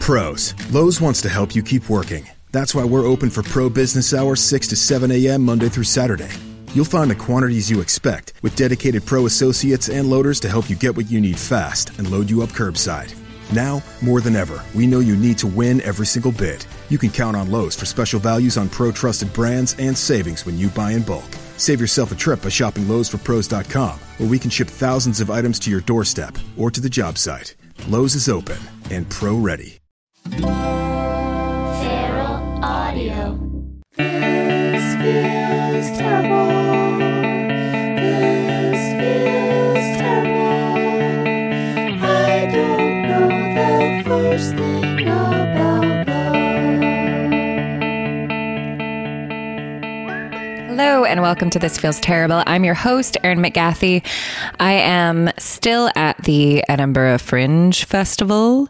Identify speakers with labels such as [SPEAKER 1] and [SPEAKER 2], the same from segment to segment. [SPEAKER 1] pros. Lowe's wants to help you keep working. That's why we're open for pro business hours 6 to 7 a.m. Monday through Saturday. You'll find the quantities you expect with dedicated pro associates and loaders to help you get what you need fast and load you up curbside. Now, more than ever, we know you need to win every single bid. You can count on Lowe's for special values on pro trusted brands and savings when you buy in bulk. Save yourself a trip by shopping Lowe'sForPros.com, where we can ship thousands of items to your doorstep or to the job site. Lowe's is open and pro ready.
[SPEAKER 2] Feral Audio. This feels terrible. This feels terrible. I don't know the first thing about love.
[SPEAKER 3] Hello and welcome to This Feels Terrible. I'm your host, Erin McGathy. I am still at the Edinburgh Fringe Festival.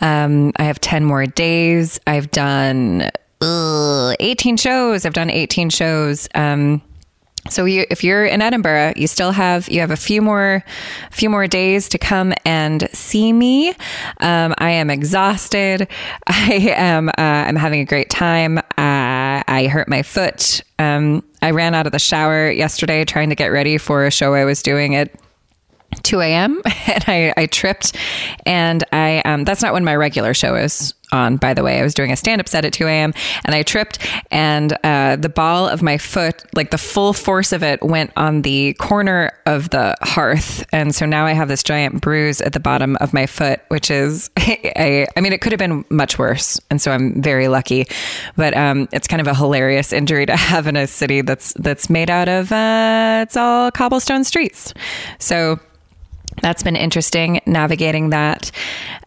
[SPEAKER 3] Um, I have 10 more days. I've done uh, 18 shows. I've done 18 shows. Um, so you, if you're in Edinburgh, you still have you have a few more, few more days to come and see me. Um, I am exhausted. I am uh, I'm having a great time. Uh, I hurt my foot. Um, I ran out of the shower yesterday trying to get ready for a show I was doing at 2 a.m. and I, I tripped. And I, um, that's not when my regular show is on, by the way. I was doing a stand up set at 2 a.m. and I tripped, and uh, the ball of my foot, like the full force of it, went on the corner of the hearth. And so now I have this giant bruise at the bottom of my foot, which is, I, I mean, it could have been much worse. And so I'm very lucky, but um, it's kind of a hilarious injury to have in a city that's, that's made out of, uh, it's all cobblestone streets. So, that's been interesting navigating that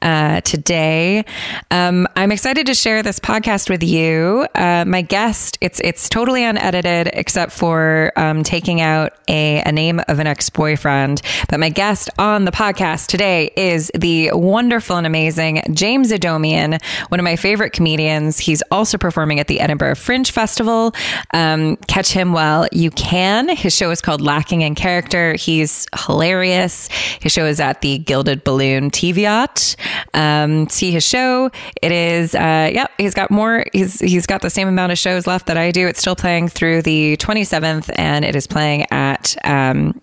[SPEAKER 3] uh, today. Um, I'm excited to share this podcast with you. Uh, my guest, it's it's totally unedited except for um, taking out a, a name of an ex boyfriend. But my guest on the podcast today is the wonderful and amazing James Adomian, one of my favorite comedians. He's also performing at the Edinburgh Fringe Festival. Um, catch him while you can. His show is called Lacking in Character. He's hilarious. His show is at the Gilded Balloon Teviot. Um, see his show. It is, uh, yep, he's got more. He's he's got the same amount of shows left that I do. It's still playing through the 27th, and it is playing at um,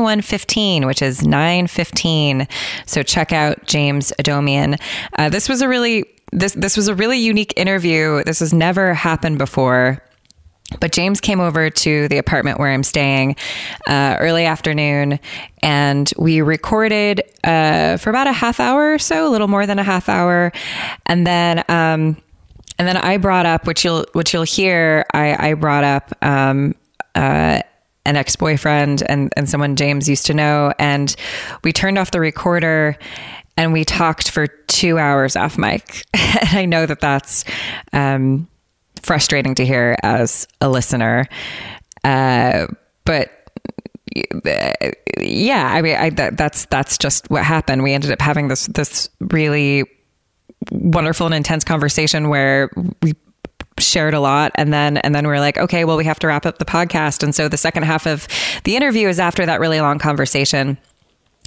[SPEAKER 3] 21:15, which is 9:15. So check out James Adomian. Uh, this was a really this this was a really unique interview. This has never happened before. But James came over to the apartment where I'm staying uh, early afternoon, and we recorded uh, for about a half hour or so, a little more than a half hour, and then um, and then I brought up which you'll which you'll hear. I, I brought up um, uh, an ex boyfriend and and someone James used to know, and we turned off the recorder. And we talked for two hours off mic. and I know that that's um, frustrating to hear as a listener. Uh, but uh, yeah, I mean, I, that, that's that's just what happened. We ended up having this this really wonderful and intense conversation where we shared a lot and then and then we are like okay well we have to wrap up the podcast and so the second half of the interview is after that really long conversation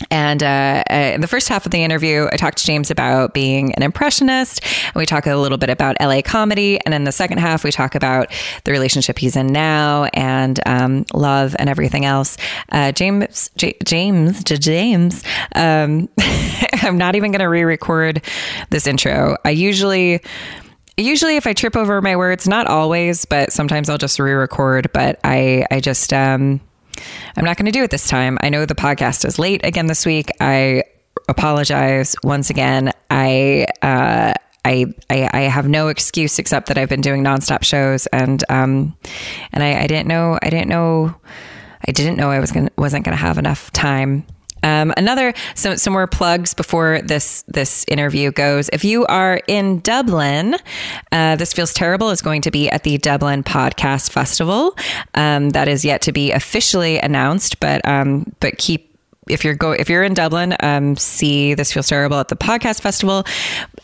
[SPEAKER 3] and uh, uh, in the first half of the interview, I talked to James about being an impressionist, and we talk a little bit about LA comedy. And in the second half, we talk about the relationship he's in now and um, love and everything else. Uh, James, J- James, J- James. Um, I'm not even going to re-record this intro. I usually. Usually, if I trip over my words, not always, but sometimes I'll just re-record. But I, I just, um, I'm not going to do it this time. I know the podcast is late again this week. I apologize once again. I, uh, I, I, I have no excuse except that I've been doing nonstop shows and um, and I, I didn't know I didn't know I didn't know I was gonna wasn't gonna have enough time um, another some some more plugs before this this interview goes. If you are in Dublin, uh, this feels terrible is going to be at the Dublin Podcast Festival. Um, that is yet to be officially announced, but um, but keep. If you're go if you're in Dublin, um, see this feels terrible at the eh, podcast festival,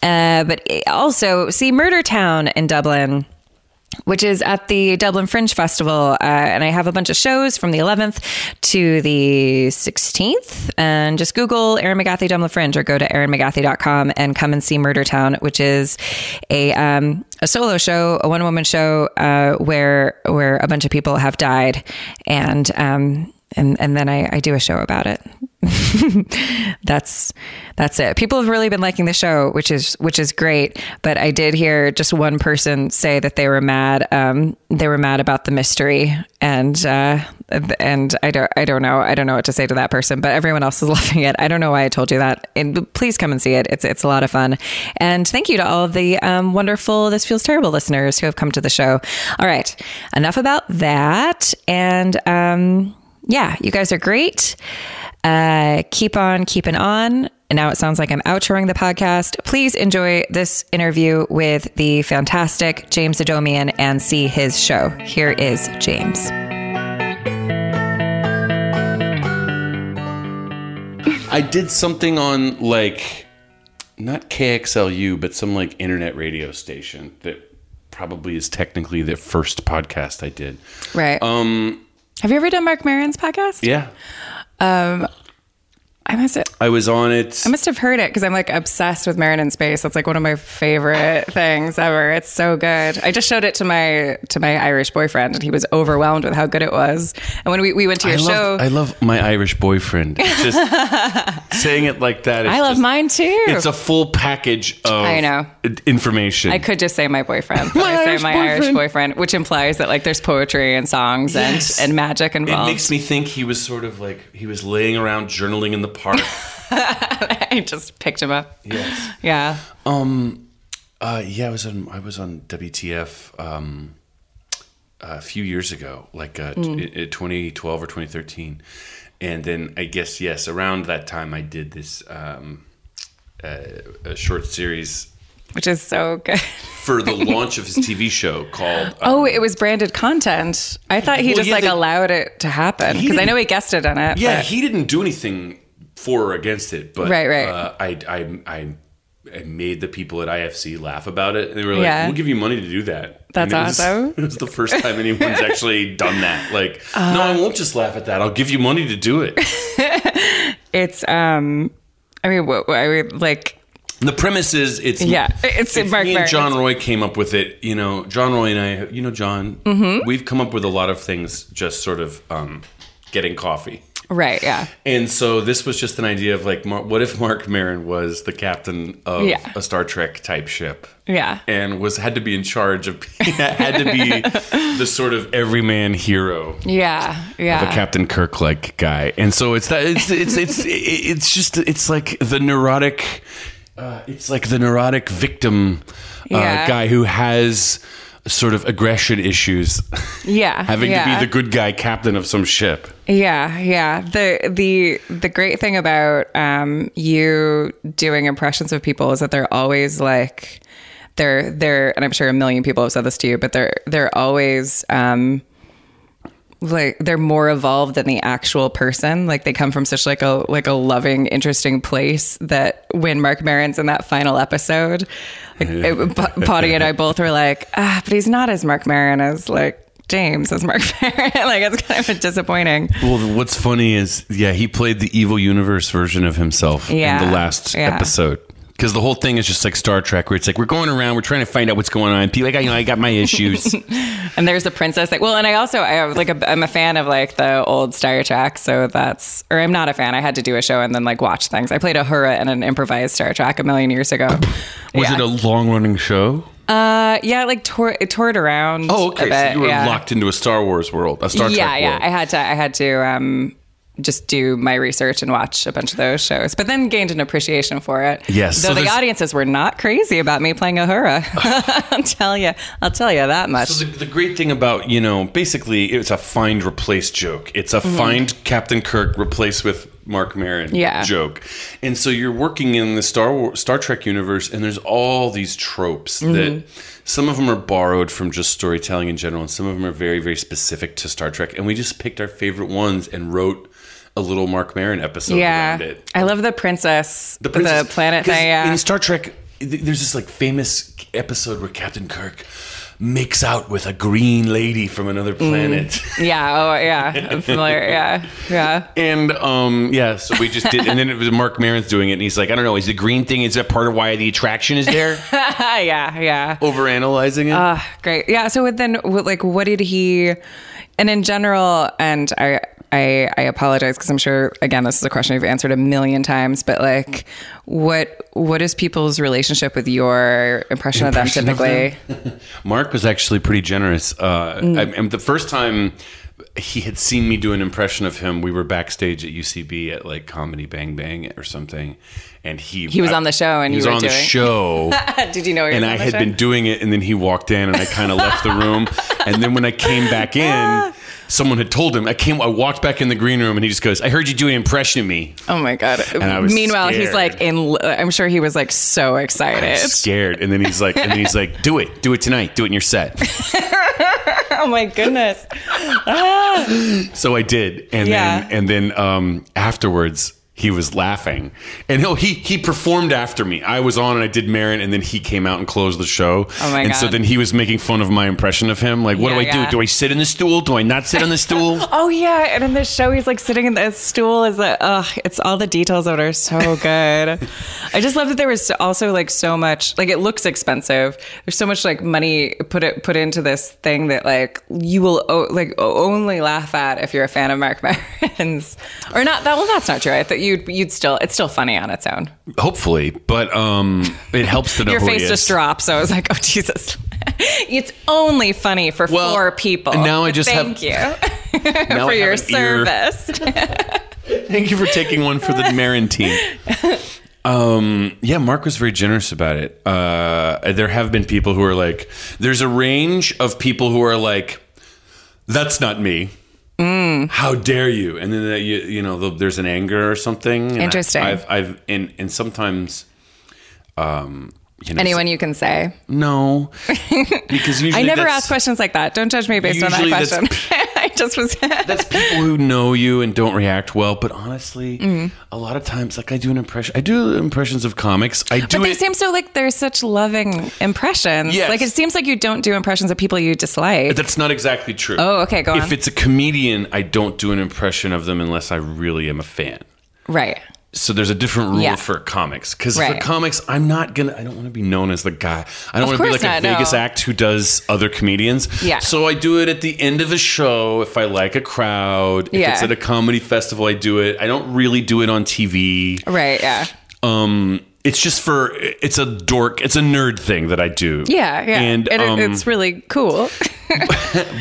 [SPEAKER 3] uh, but also see Murder Town in Dublin which is at the Dublin Fringe Festival. Uh, and I have a bunch of shows from the 11th to the 16th. And just Google Aaron McGathy Dublin Fringe or go to aaronmcgathy.com and come and see Murder Town, which is a, um, a solo show, a one woman show uh, where where a bunch of people have died. And um, and, and then I, I do a show about it. that's that's it. People have really been liking the show, which is which is great. But I did hear just one person say that they were mad. Um, they were mad about the mystery, and uh, and I don't I don't know I don't know what to say to that person. But everyone else is loving it. I don't know why I told you that. And please come and see it. It's it's a lot of fun. And thank you to all of the um, wonderful This Feels Terrible listeners who have come to the show. All right, enough about that. And um, yeah, you guys are great uh, keep on keeping on. And now it sounds like I'm outroing the podcast. Please enjoy this interview with the fantastic James Adomian and see his show. Here is James.
[SPEAKER 4] I did something on like not KXLU, but some like internet radio station that probably is technically the first podcast I did.
[SPEAKER 3] Right.
[SPEAKER 4] Um,
[SPEAKER 3] have you ever done Mark Maron's podcast?
[SPEAKER 4] yeah,
[SPEAKER 3] I must have,
[SPEAKER 4] I was on it.
[SPEAKER 3] I must have heard it because I'm like obsessed with Marin in Space. That's like one of my favorite things ever. It's so good. I just showed it to my to my Irish boyfriend and he was overwhelmed with how good it was. And when we, we went to
[SPEAKER 4] I
[SPEAKER 3] your
[SPEAKER 4] love,
[SPEAKER 3] show,
[SPEAKER 4] I love my Irish boyfriend. It's just saying it like that. is
[SPEAKER 3] I love
[SPEAKER 4] just-
[SPEAKER 3] mine too.
[SPEAKER 4] It's a full package of
[SPEAKER 3] I know.
[SPEAKER 4] information.
[SPEAKER 3] I could just say my boyfriend. but
[SPEAKER 4] My
[SPEAKER 3] I say
[SPEAKER 4] Irish
[SPEAKER 3] my Irish
[SPEAKER 4] boyfriend.
[SPEAKER 3] boyfriend, which implies that like there's poetry and songs
[SPEAKER 4] Yes.
[SPEAKER 3] and, and magic
[SPEAKER 4] It
[SPEAKER 3] involved.
[SPEAKER 4] makes me think he was sort of like he was laying around journaling in the park.
[SPEAKER 3] I just picked him up.
[SPEAKER 4] yes.
[SPEAKER 3] Yeah.
[SPEAKER 4] Um. Uh. Yeah. I was on. I was on WTF. Um. A few years ago, like uh, t- i- i- 2012 or 2013, and then I guess yes, around that time I did this um, uh, a short series
[SPEAKER 3] Which is so good.
[SPEAKER 4] for the launch of his TV show called.
[SPEAKER 3] Oh,
[SPEAKER 4] um,
[SPEAKER 3] it was branded content. I thought he
[SPEAKER 4] Well,
[SPEAKER 3] just
[SPEAKER 4] yeah,
[SPEAKER 3] like
[SPEAKER 4] the-
[SPEAKER 3] allowed it to happen
[SPEAKER 4] He
[SPEAKER 3] because I know
[SPEAKER 4] didn't-
[SPEAKER 3] he guested on it.
[SPEAKER 4] Yeah,
[SPEAKER 3] but-
[SPEAKER 4] he didn't do anything for or against it, but
[SPEAKER 3] Right, right.
[SPEAKER 4] Uh, I, I, I, I made the people at IFC laugh about it, and they were like,
[SPEAKER 3] Yeah.
[SPEAKER 4] "We'll give you money to do that."
[SPEAKER 3] That's
[SPEAKER 4] And it was-
[SPEAKER 3] awesome.
[SPEAKER 4] It was the first time anyone's actually done that. Like,
[SPEAKER 3] Uh,
[SPEAKER 4] no, I won't just laugh at that. I'll give you money to do it.
[SPEAKER 3] it's um. I mean, what, what- I mean, like
[SPEAKER 4] The premise is it's
[SPEAKER 3] Yeah, it's Mark
[SPEAKER 4] me and
[SPEAKER 3] Maron.
[SPEAKER 4] John Roy came up with it. You know, John Roy and I, you know, John, mm-hmm. we've come up with a lot of things just sort of um, getting coffee.
[SPEAKER 3] right, yeah,
[SPEAKER 4] And so this was just an idea of like, Mar- what if Mark Maron was the captain of
[SPEAKER 3] Yeah.
[SPEAKER 4] a Star Trek type ship?
[SPEAKER 3] yeah.
[SPEAKER 4] And was had to be in charge of, had to be the sort of everyman hero,
[SPEAKER 3] yeah,
[SPEAKER 4] the
[SPEAKER 3] yeah.
[SPEAKER 4] Captain Kirk like guy. And so it's that it's it's it's it's just it's like the neurotic, uh, it's like the neurotic victim uh,
[SPEAKER 3] Yeah.
[SPEAKER 4] guy who has sort of aggression issues,
[SPEAKER 3] yeah,
[SPEAKER 4] having
[SPEAKER 3] yeah.
[SPEAKER 4] to be the good guy captain of some ship.
[SPEAKER 3] Yeah, yeah. The the the great thing about um you doing impressions of people is that they're always like they're they're and I'm sure a million people have said this to you, but they're they're always um like they're more evolved than the actual person. Like they come from such like a like a loving, interesting place that when Mark Maron's in that final episode, like it, P- Potty and I both were like, ah, but he's not as Mark Maron as like James as Mark Maron. like it's kind of disappointing.
[SPEAKER 4] Well, what's funny is, yeah, he played the evil universe version of himself in
[SPEAKER 3] Yeah,
[SPEAKER 4] the last
[SPEAKER 3] yeah.
[SPEAKER 4] episode. Because the whole thing is just like Star Trek, where it's like we're going around, we're trying to find out what's going on. People, like, I, you know, I got my issues.
[SPEAKER 3] And there's the princess. Like, well, and I also I have, like a, I'm a fan of like the old Star Trek, so that's or I'm not a fan. I had to do a show and then like watch things. I played a Hura in an improvised Star Trek a million years ago.
[SPEAKER 4] Was
[SPEAKER 3] yeah.
[SPEAKER 4] it a long running show?
[SPEAKER 3] uh, yeah, like tour, it toured around.
[SPEAKER 4] Oh, okay.
[SPEAKER 3] a bit,
[SPEAKER 4] so you were
[SPEAKER 3] yeah.
[SPEAKER 4] locked into a Star Wars world, a Star
[SPEAKER 3] yeah,
[SPEAKER 4] Trek
[SPEAKER 3] yeah.
[SPEAKER 4] world.
[SPEAKER 3] I had to I had to um just do my research and watch a bunch of those shows, but then gained an appreciation for it.
[SPEAKER 4] Yes,
[SPEAKER 3] Though
[SPEAKER 4] so
[SPEAKER 3] the
[SPEAKER 4] there's-
[SPEAKER 3] audiences were not crazy about me playing a Hura. I'll tell you, I'll tell you that much.
[SPEAKER 4] So the, the great thing about you know basically it's a find replace joke. It's
[SPEAKER 3] Mm-hmm.
[SPEAKER 4] a find Captain Kirk replace with Mark Maron
[SPEAKER 3] Yeah.
[SPEAKER 4] joke, and so you're working in the Star War, Star Trek universe, and there's all these tropes
[SPEAKER 3] Mm-hmm.
[SPEAKER 4] that some of them are borrowed from just storytelling in general, and some of them are very very specific to Star Trek. And we just picked our favorite ones and wrote a little Mark Maron episode around
[SPEAKER 3] yeah,
[SPEAKER 4] it.
[SPEAKER 3] I love the princess, the,
[SPEAKER 4] princess-
[SPEAKER 3] planet
[SPEAKER 4] 'cause
[SPEAKER 3] thing. Yeah.
[SPEAKER 4] In Star Trek, th- there's this like famous episode where Captain Kirk makes out with a green lady from another
[SPEAKER 3] Mm.
[SPEAKER 4] planet.
[SPEAKER 3] Yeah. Oh, yeah. I'm familiar. Yeah. Yeah.
[SPEAKER 4] And um, yeah, so we just did, and then it was Mark Maron's doing it, and he's like, I don't know, is the green thing is that part of why the attraction is there?
[SPEAKER 3] Uh. yeah. Yeah.
[SPEAKER 4] Overanalyzing it.
[SPEAKER 3] Great. Yeah. So then, what- like, what did he, and in general, and I, I, I apologize because I'm sure again this is a question you've answered a million times, but like, what what is people's relationship with your impression, of them
[SPEAKER 4] Impression of
[SPEAKER 3] typically?
[SPEAKER 4] Mark was actually pretty generous. Uh,
[SPEAKER 3] Mm.
[SPEAKER 4] I, and the first time he had seen me do an impression of him, we were backstage at UCB at like Comedy Bang Bang or something, and he
[SPEAKER 3] He was on the show and
[SPEAKER 4] he
[SPEAKER 3] you
[SPEAKER 4] was
[SPEAKER 3] were
[SPEAKER 4] on the
[SPEAKER 3] doing-
[SPEAKER 4] show.
[SPEAKER 3] did you know? you
[SPEAKER 4] and
[SPEAKER 3] were
[SPEAKER 4] I
[SPEAKER 3] on the
[SPEAKER 4] had
[SPEAKER 3] show?
[SPEAKER 4] been doing it, and then he walked in, and I kind of left the room. And then when I came back
[SPEAKER 3] Ah.
[SPEAKER 4] in, someone had told him. I came, I walked back in the green room, and he just goes, "I heard you do an impression of me."
[SPEAKER 3] Oh my god!
[SPEAKER 4] I was
[SPEAKER 3] Meanwhile, he's
[SPEAKER 4] scared.
[SPEAKER 3] like in. lo- I'm sure he was like so
[SPEAKER 4] I
[SPEAKER 3] excited.
[SPEAKER 4] was scared, and then he's like, and then he's like, "Do it, do it tonight, do it in your set."
[SPEAKER 3] Oh my goodness! Ah.
[SPEAKER 4] So I did, and
[SPEAKER 3] Yeah.
[SPEAKER 4] then and then um, afterwards he was laughing, and no, he he performed after me. I was on, and I did Marin, and then he came out and closed the show.
[SPEAKER 3] Oh my
[SPEAKER 4] and so
[SPEAKER 3] God.
[SPEAKER 4] then he was making fun of my impression of him. Like, what do I
[SPEAKER 3] Yeah, yeah.
[SPEAKER 4] do? Do I sit in the stool? Do I not sit on the stool?
[SPEAKER 3] Oh yeah, and in this show, he's like sitting in the stool. Is like, ugh, it's all the details that are so good. I just love that there was also like so much. Like it looks expensive. There's so much like money put it put into this thing that like you will o- like o- only laugh at if you're a fan of Mark Maron's or not. That well, that's not true. I thought you'd you'd still it's still funny on its own.
[SPEAKER 4] Hopefully, but um, it helps to know
[SPEAKER 3] Your
[SPEAKER 4] who he
[SPEAKER 3] face
[SPEAKER 4] is.
[SPEAKER 3] just dropped, so I was like, oh Jesus. it's only funny for
[SPEAKER 4] Well,
[SPEAKER 3] four people.
[SPEAKER 4] now I just have-
[SPEAKER 3] thank you
[SPEAKER 4] Now
[SPEAKER 3] for
[SPEAKER 4] I have
[SPEAKER 3] your
[SPEAKER 4] an ear.
[SPEAKER 3] service.
[SPEAKER 4] Thank you for taking one for the Marin team. Um, yeah, Mark was very generous about it. Uh, there have been people who are like, there's a range of people who are like, that's not me.
[SPEAKER 3] Mm.
[SPEAKER 4] How dare you? And then uh, you, you know, the- there's an anger or something. And I-
[SPEAKER 3] Interesting.
[SPEAKER 4] I've, I've, and, and sometimes, um, you know,
[SPEAKER 3] Anyone you can say.
[SPEAKER 4] No, because usually
[SPEAKER 3] I never
[SPEAKER 4] that's-
[SPEAKER 3] ask questions like that. Don't judge me based on that
[SPEAKER 4] Usually that's-
[SPEAKER 3] question. I just was.
[SPEAKER 4] that's people who know you and don't react well. But honestly,
[SPEAKER 3] Mm-hmm.
[SPEAKER 4] a lot of times, like I do an impression, I do impressions of comics. I do
[SPEAKER 3] But they
[SPEAKER 4] it.
[SPEAKER 3] seem so like they're such loving impressions.
[SPEAKER 4] Yes.
[SPEAKER 3] Like it seems like you don't do impressions of people you dislike.
[SPEAKER 4] that's not exactly true.
[SPEAKER 3] Oh, okay, go
[SPEAKER 4] if
[SPEAKER 3] on.
[SPEAKER 4] it's a comedian, I don't do an impression of them unless I really am a fan.
[SPEAKER 3] right.
[SPEAKER 4] So there's a different rule
[SPEAKER 3] Yeah.
[SPEAKER 4] for comics because
[SPEAKER 3] Right.
[SPEAKER 4] for comics, I'm not gonna. I don't want to be known as the guy. I don't want to be
[SPEAKER 3] course
[SPEAKER 4] like a
[SPEAKER 3] not, no.
[SPEAKER 4] Vegas act who does other comedians.
[SPEAKER 3] Yeah.
[SPEAKER 4] So I do it at the end of a show if I like a crowd. If
[SPEAKER 3] Yeah.
[SPEAKER 4] it's at a comedy festival, I do it. I don't really do it on TV.
[SPEAKER 3] Right. Yeah.
[SPEAKER 4] um it's just for it's a dork it's a nerd thing that i do
[SPEAKER 3] Yeah. Yeah.
[SPEAKER 4] and,
[SPEAKER 3] it,
[SPEAKER 4] um,
[SPEAKER 3] it's really cool.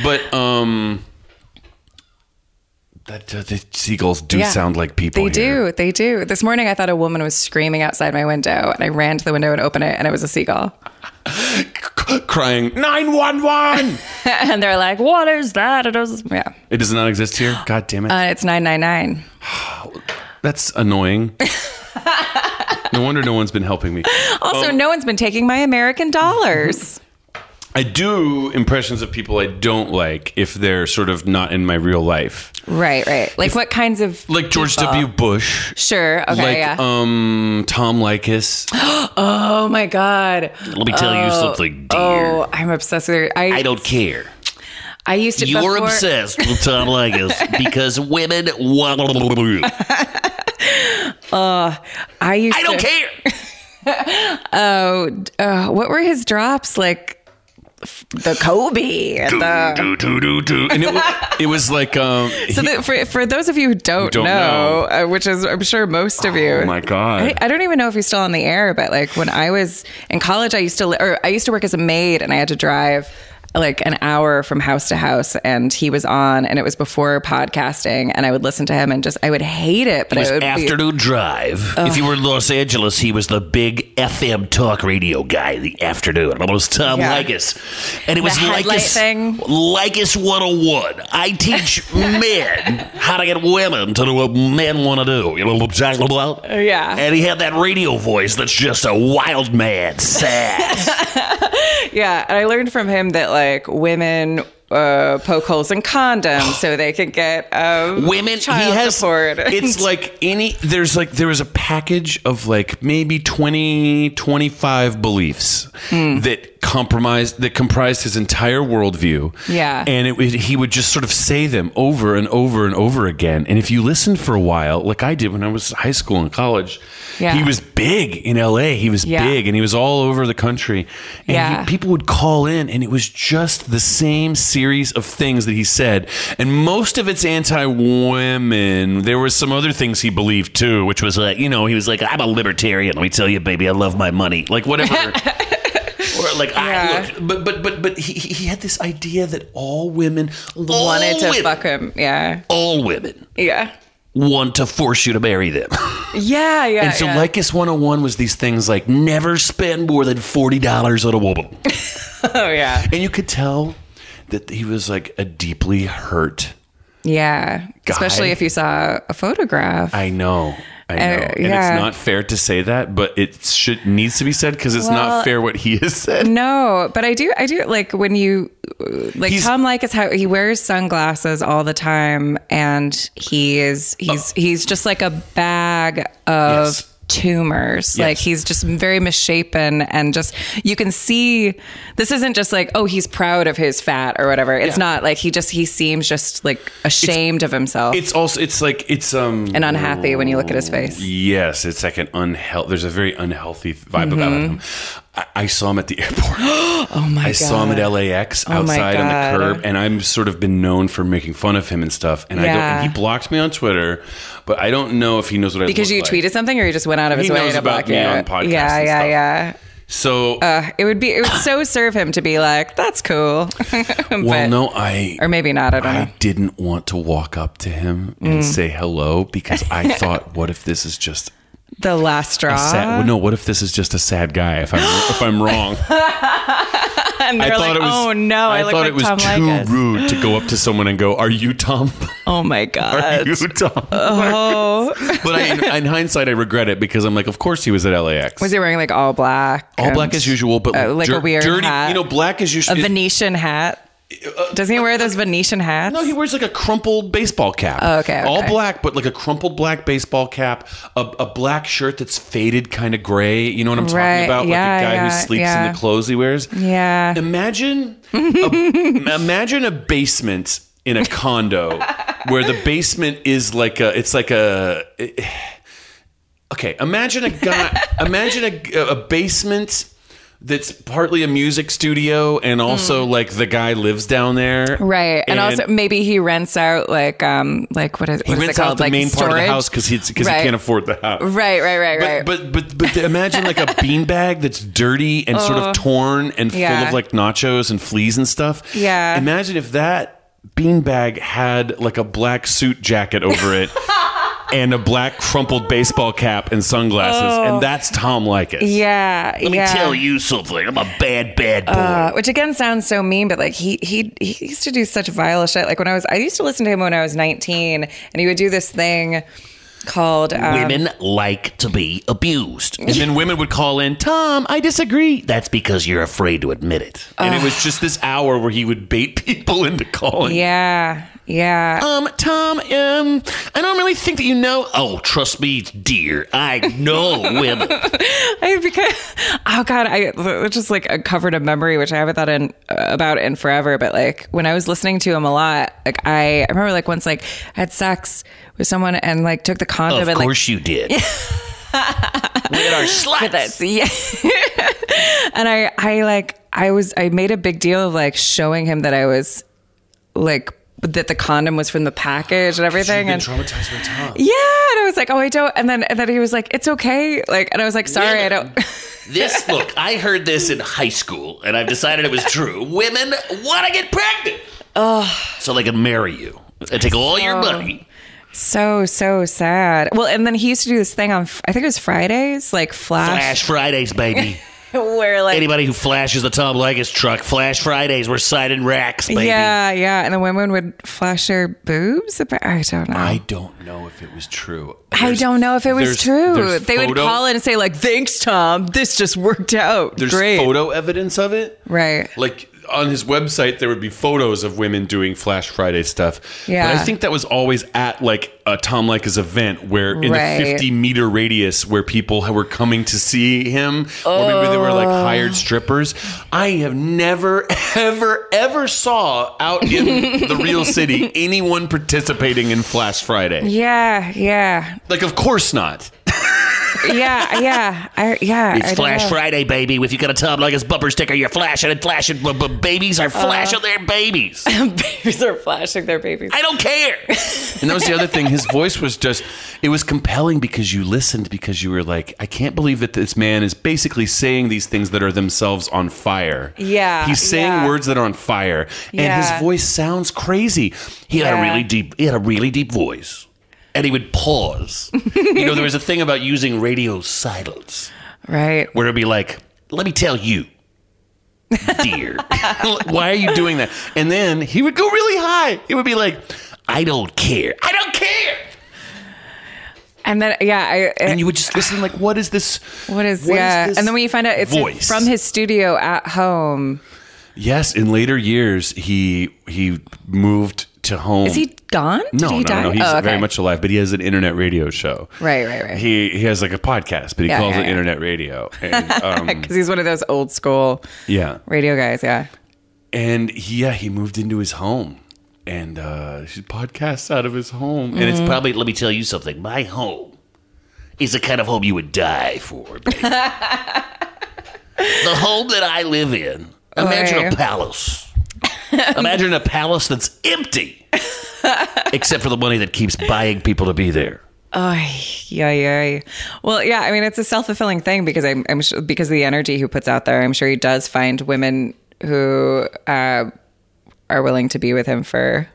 [SPEAKER 4] but um that uh, the seagulls do
[SPEAKER 3] Yeah.
[SPEAKER 4] sound like people
[SPEAKER 3] They
[SPEAKER 4] here.
[SPEAKER 3] do. They do. This morning I thought a woman was screaming outside my window and I ran to the window and opened it and it was a seagull.
[SPEAKER 4] C- crying 911
[SPEAKER 3] and they're like, what is that? It was, yeah.
[SPEAKER 4] it does not exist here god damn it
[SPEAKER 3] Uh, it's 999.
[SPEAKER 4] that's annoying no wonder no one's been helping me
[SPEAKER 3] Also, no one's been taking my American dollars.
[SPEAKER 4] i do impressions of people i don't like if they're sort of not in my real life
[SPEAKER 3] right. Right. Like what kinds of.
[SPEAKER 4] like george
[SPEAKER 3] people?
[SPEAKER 4] w bush
[SPEAKER 3] Sure. Okay.
[SPEAKER 4] like
[SPEAKER 3] yeah.
[SPEAKER 4] um tom likas
[SPEAKER 3] oh my god.
[SPEAKER 4] Let me tell you something, dear.
[SPEAKER 3] Oh, I'm obsessed with. I I,
[SPEAKER 5] don't care.
[SPEAKER 3] used to.
[SPEAKER 5] You're
[SPEAKER 3] before-
[SPEAKER 5] obsessed with Tom Likas because women. I
[SPEAKER 3] I used. to,
[SPEAKER 5] don't care.
[SPEAKER 3] Oh, d- uh, what were his drops like? f- The Kobe. And the,
[SPEAKER 5] Do, do, do, do.
[SPEAKER 4] and it, wa- it was like um
[SPEAKER 3] so the, for for those of you who don't,
[SPEAKER 4] don't
[SPEAKER 3] know, Uh, which is I'm sure most of you.
[SPEAKER 4] Oh my god!
[SPEAKER 3] I, I don't even know if he's still on the air, but like when I was in college, I used to li- or I used to work as a maid, and I had to drive like an hour from house to house. And he was on, and it was before podcasting, and I would listen to him, and just I would hate it, but
[SPEAKER 5] It was
[SPEAKER 3] I would be-
[SPEAKER 5] afternoon drive. If you were in Los Angeles, he was the big FM talk radio guy. in The afternoon, it was Tom
[SPEAKER 3] Yeah.
[SPEAKER 5] Likas, and it was
[SPEAKER 3] headlight
[SPEAKER 5] Likas
[SPEAKER 3] thing.
[SPEAKER 5] Likas one hundred and one. I teach men how to get women to do what men want to do. You know what I'm talking about?
[SPEAKER 3] Oh, yeah.
[SPEAKER 5] And he had that radio voice that's just a wild man, sad.
[SPEAKER 3] Yeah, and I learned from him that like women uh, poke holes in condoms so they can get um,
[SPEAKER 4] women
[SPEAKER 3] child
[SPEAKER 4] he has
[SPEAKER 3] support.
[SPEAKER 4] it's like any there's like there was a package of like maybe 20 25 beliefs
[SPEAKER 3] Hmm.
[SPEAKER 4] that compromised that comprised his entire worldview
[SPEAKER 3] Yeah.
[SPEAKER 4] and it would he would just sort of say them over and over and over again and if you listened for a while like i did when i was high school and college
[SPEAKER 3] Yeah.
[SPEAKER 4] he was big in la he was
[SPEAKER 3] Yeah.
[SPEAKER 4] big and he was all over the country and
[SPEAKER 3] Yeah.
[SPEAKER 4] he, people would call in and it was just the same series of things that he said and most of it's anti-women there were some other things he believed too which was like you know he was like i'm a libertarian let me tell you baby i love my money like whatever or like
[SPEAKER 3] Yeah.
[SPEAKER 4] I, look, but but but but he, he he had this idea that all women all
[SPEAKER 3] wanted to
[SPEAKER 4] women,
[SPEAKER 3] fuck him. Yeah,
[SPEAKER 4] all women
[SPEAKER 3] yeah,
[SPEAKER 4] want to force you to marry them
[SPEAKER 3] yeah, yeah.
[SPEAKER 4] And so,
[SPEAKER 3] yeah.
[SPEAKER 4] Lycus 101 was these things like never spend more than $40 on a woman.
[SPEAKER 3] oh yeah,
[SPEAKER 4] and you could tell that he was like a deeply hurt.
[SPEAKER 3] yeah. Especially
[SPEAKER 4] Guy.
[SPEAKER 3] if you saw a photograph.
[SPEAKER 4] I know. I know. and
[SPEAKER 3] Uh, yeah.
[SPEAKER 4] it's not fair to say that, but it should needs to be said because it's
[SPEAKER 3] Well,
[SPEAKER 4] not fair what he has said.
[SPEAKER 3] No, but I do. I do like when you like
[SPEAKER 4] He's-
[SPEAKER 3] Tom Like is how he wears sunglasses all the time, and he is he's he's just like a bag of.
[SPEAKER 4] Oh. Yes.
[SPEAKER 3] tumors like
[SPEAKER 4] Yes.
[SPEAKER 3] he's just very misshapen and just you can see this isn't just like oh he's proud of his fat or whatever it's
[SPEAKER 4] Yeah.
[SPEAKER 3] not like he just he seems just like ashamed of himself
[SPEAKER 4] It's also it's like it's um
[SPEAKER 3] and unhappy when you look at his face
[SPEAKER 4] Yes, it's like an unhealthy. There's a very unhealthy vibe about
[SPEAKER 3] Mm-hmm.
[SPEAKER 4] him. I, I saw him at the airport. oh my! I saw him at LAX
[SPEAKER 3] Oh my
[SPEAKER 4] outside on
[SPEAKER 3] God.
[SPEAKER 4] the curb, and I'm sort of been known for making fun of him and stuff. And I don't.
[SPEAKER 3] Yeah.
[SPEAKER 4] And he blocked me on Twitter, but I don't know if he knows what I
[SPEAKER 3] because
[SPEAKER 4] look
[SPEAKER 3] you
[SPEAKER 4] like.
[SPEAKER 3] tweeted something or you just went out of
[SPEAKER 4] He
[SPEAKER 3] his way
[SPEAKER 4] knows
[SPEAKER 3] to
[SPEAKER 4] about
[SPEAKER 3] block
[SPEAKER 4] me
[SPEAKER 3] you
[SPEAKER 4] on podcasts
[SPEAKER 3] yeah
[SPEAKER 4] and
[SPEAKER 3] yeah
[SPEAKER 4] stuff.
[SPEAKER 3] yeah
[SPEAKER 4] So
[SPEAKER 3] Uh, it would be it would so serve him to be like that's cool But-
[SPEAKER 4] well, no, I
[SPEAKER 3] or maybe not i don't know
[SPEAKER 4] I didn't want to walk up to him
[SPEAKER 3] Mm.
[SPEAKER 4] and say hello because I thought, what if this is just
[SPEAKER 3] the last straw
[SPEAKER 4] sad? well, no, what if this is just a sad guy? If I'm if I'm wrong,
[SPEAKER 3] and they're like oh no i,
[SPEAKER 4] I,
[SPEAKER 3] look
[SPEAKER 4] thought
[SPEAKER 3] like
[SPEAKER 4] it was
[SPEAKER 3] tom
[SPEAKER 4] too
[SPEAKER 3] Likas."
[SPEAKER 4] rude to go up to someone and go, "Are you Tom?
[SPEAKER 3] oh my
[SPEAKER 4] Are
[SPEAKER 3] god
[SPEAKER 4] you Tom?"
[SPEAKER 3] Uh-huh.
[SPEAKER 4] but I, in hindsight, I regret it because I'm like, of course he was at LAX.
[SPEAKER 3] was he wearing like all black
[SPEAKER 4] all
[SPEAKER 3] and
[SPEAKER 4] black as usual, but
[SPEAKER 3] uh, like a weird
[SPEAKER 4] dirty.
[SPEAKER 3] hat.
[SPEAKER 4] You know, black as
[SPEAKER 3] a
[SPEAKER 4] usual.
[SPEAKER 3] venetian hat doesn't he wear those venetian hats
[SPEAKER 4] No, he wears like a crumpled baseball cap.
[SPEAKER 3] Oh, okay,
[SPEAKER 4] All
[SPEAKER 3] okay.
[SPEAKER 4] black, but like a crumpled black baseball cap, a, a black shirt that's faded kind of gray. You know what I'm
[SPEAKER 3] Right,
[SPEAKER 4] talking about?
[SPEAKER 3] yeah,
[SPEAKER 4] like a guy
[SPEAKER 3] yeah,
[SPEAKER 4] who sleeps
[SPEAKER 3] yeah.
[SPEAKER 4] in the clothes he wears.
[SPEAKER 3] yeah
[SPEAKER 4] Imagine a, imagine a basement in a condo where the basement is like a it's like a eh, Okay, imagine a guy imagine a, a basement that's partly a music studio and also like the guy lives down there.
[SPEAKER 3] Hmm. Right, and, also maybe he rents out like um like what is
[SPEAKER 4] he
[SPEAKER 3] what is
[SPEAKER 4] rents
[SPEAKER 3] it called
[SPEAKER 4] out the
[SPEAKER 3] like
[SPEAKER 4] main
[SPEAKER 3] storage?
[SPEAKER 4] part of the house cuz he cuz
[SPEAKER 3] Right.
[SPEAKER 4] he can't afford the house.
[SPEAKER 3] right right right right
[SPEAKER 4] But, but but but imagine like a beanbag that's dirty and sort of torn and full
[SPEAKER 3] Oh. Yeah.
[SPEAKER 4] of like nachos and fleas and stuff.
[SPEAKER 3] Yeah.
[SPEAKER 4] Imagine if that beanbag had like a black suit jacket over it and a black crumpled baseball cap and sunglasses, and that's Tom Likas.
[SPEAKER 3] Oh. yeah
[SPEAKER 5] Let me
[SPEAKER 3] yeah.
[SPEAKER 5] tell you something. I'm a bad, bad boy.
[SPEAKER 3] Uh, which again sounds so mean, but like he he he used to do such vile shit. Like when I was, I used to listen to him when I was nineteen, and he would do this thing called um,
[SPEAKER 5] Women like to be abused.
[SPEAKER 4] And then women would call in, Tom, I disagree.
[SPEAKER 5] That's because you're afraid to admit it.
[SPEAKER 3] Oh.
[SPEAKER 4] And it was just this hour where he would bait people into calling.
[SPEAKER 3] Yeah, yeah.
[SPEAKER 5] Um, Tom, um, I don't really think that you know. Oh, trust me, dear. I know women.
[SPEAKER 3] I because oh god, I it's just like I covered a memory which I haven't thought in uh, about in forever. But like when I was listening to him a lot, like I, I remember like once like I had sex with someone and like took the condom
[SPEAKER 5] Of
[SPEAKER 3] and like
[SPEAKER 5] course you did. we are sluts.
[SPEAKER 3] So, yeah. and I, I like, I was, I made a big deal of like showing him that I was like, that the condom was from the package and everything.
[SPEAKER 4] Been
[SPEAKER 3] and
[SPEAKER 4] traumatized by Tom.
[SPEAKER 3] yeah. And I was like, oh, I don't. And then, and then he was like, it's okay. Like, and I was like, sorry, I don't.
[SPEAKER 5] This look, I heard this in high school, and I've decided it was true. Women want to get pregnant, so they can marry you and take all
[SPEAKER 3] Oh,
[SPEAKER 5] your money.
[SPEAKER 3] so, so sad. Well, and then he used to do this thing on, I think it was Fridays, like
[SPEAKER 5] Flash
[SPEAKER 3] Flash,
[SPEAKER 5] Fridays, baby.
[SPEAKER 3] where like,
[SPEAKER 5] Anybody who flashes the Tom Likas truck, Flash Fridays, we're signing racks, baby.
[SPEAKER 3] yeah, yeah. And the women would flash their boobs. about- I don't know.
[SPEAKER 4] I don't know if it was true.
[SPEAKER 3] I
[SPEAKER 4] There's-
[SPEAKER 3] don't know if it was
[SPEAKER 4] there's-
[SPEAKER 3] true.
[SPEAKER 4] there's
[SPEAKER 3] they would
[SPEAKER 4] photo-
[SPEAKER 3] call in and say like, "Thanks, Tom. This just worked out.
[SPEAKER 4] There's
[SPEAKER 3] Great,
[SPEAKER 4] photo evidence of it.
[SPEAKER 3] right?
[SPEAKER 4] Like on his website there would be photos of women doing Flash Friday stuff.
[SPEAKER 3] Yeah.
[SPEAKER 4] But I think that was always at like a Tom Leica's event where in
[SPEAKER 3] Right.
[SPEAKER 4] the 50 meter radius where people were coming to see him or maybe they were like
[SPEAKER 3] Oh.
[SPEAKER 4] hired strippers. I have never ever ever saw out in the real city anyone participating in Flash Friday.
[SPEAKER 3] Yeah, yeah,
[SPEAKER 4] Like of course not.
[SPEAKER 3] yeah, yeah. I, yeah. I
[SPEAKER 5] It's
[SPEAKER 3] don't
[SPEAKER 5] Flash
[SPEAKER 3] know.
[SPEAKER 5] Friday, baby. If you got a Tom Legas bumper sticker, you're flashing and flashing. B- b- babies
[SPEAKER 3] Uh.
[SPEAKER 5] are flashing their babies.
[SPEAKER 3] Babies are flashing their babies.
[SPEAKER 5] I don't care.
[SPEAKER 4] And that was the other thing. His voice was just, it was compelling because you listened because you were like, I can't believe that this man is basically saying these things that are themselves on fire.
[SPEAKER 3] Yeah,
[SPEAKER 4] He's saying
[SPEAKER 3] yeah.
[SPEAKER 4] words that are on fire. And
[SPEAKER 3] Yeah.
[SPEAKER 4] his voice sounds crazy.
[SPEAKER 5] He had
[SPEAKER 3] Yeah.
[SPEAKER 5] a really deep. He had a really deep voice, and he would pause. you know, there was a thing about using radio silence
[SPEAKER 3] Right.
[SPEAKER 5] where it'd be like, "Let me tell you." Dear,
[SPEAKER 4] Why are you doing that? And then he would go really high.
[SPEAKER 5] it would be like, I don't care. I don't care.
[SPEAKER 3] And then yeah, I, uh,
[SPEAKER 4] And you would just listen, like, what is this?
[SPEAKER 3] what is
[SPEAKER 4] what is
[SPEAKER 3] yeah?
[SPEAKER 4] this
[SPEAKER 3] and then when you find out it's
[SPEAKER 4] voice?
[SPEAKER 3] from his studio at home.
[SPEAKER 4] Yes, in later years, he he moved to home.
[SPEAKER 3] Is he gone?
[SPEAKER 4] No,
[SPEAKER 3] Did he
[SPEAKER 4] no,
[SPEAKER 3] die?
[SPEAKER 4] no. He's
[SPEAKER 3] Oh, okay.
[SPEAKER 4] very much alive, but he has an internet radio show.
[SPEAKER 3] Right, right, right.
[SPEAKER 4] He he has like a podcast, but he
[SPEAKER 3] Yeah,
[SPEAKER 4] calls
[SPEAKER 3] yeah,
[SPEAKER 4] it
[SPEAKER 3] yeah.
[SPEAKER 4] internet radio. And, um,
[SPEAKER 3] because he's one of those old school
[SPEAKER 4] yeah,
[SPEAKER 3] radio guys. Yeah.
[SPEAKER 4] and he, yeah, he moved into his home, and uh, he podcasts out of his home, and
[SPEAKER 3] Mm-hmm.
[SPEAKER 4] it's probably
[SPEAKER 5] Probably, let me tell you something. My home is the kind of home you would die for. baby. the home that I live in. Imagine
[SPEAKER 3] Right.
[SPEAKER 5] a palace. Imagine a palace that's empty, except for the money that keeps buying people to be there.
[SPEAKER 3] Oh, yeah, yeah. Well, yeah. I mean, it's a self fulfilling thing because I'm, I'm sure, because of the energy he puts out there. I'm sure he does find women who uh, are willing to be with him for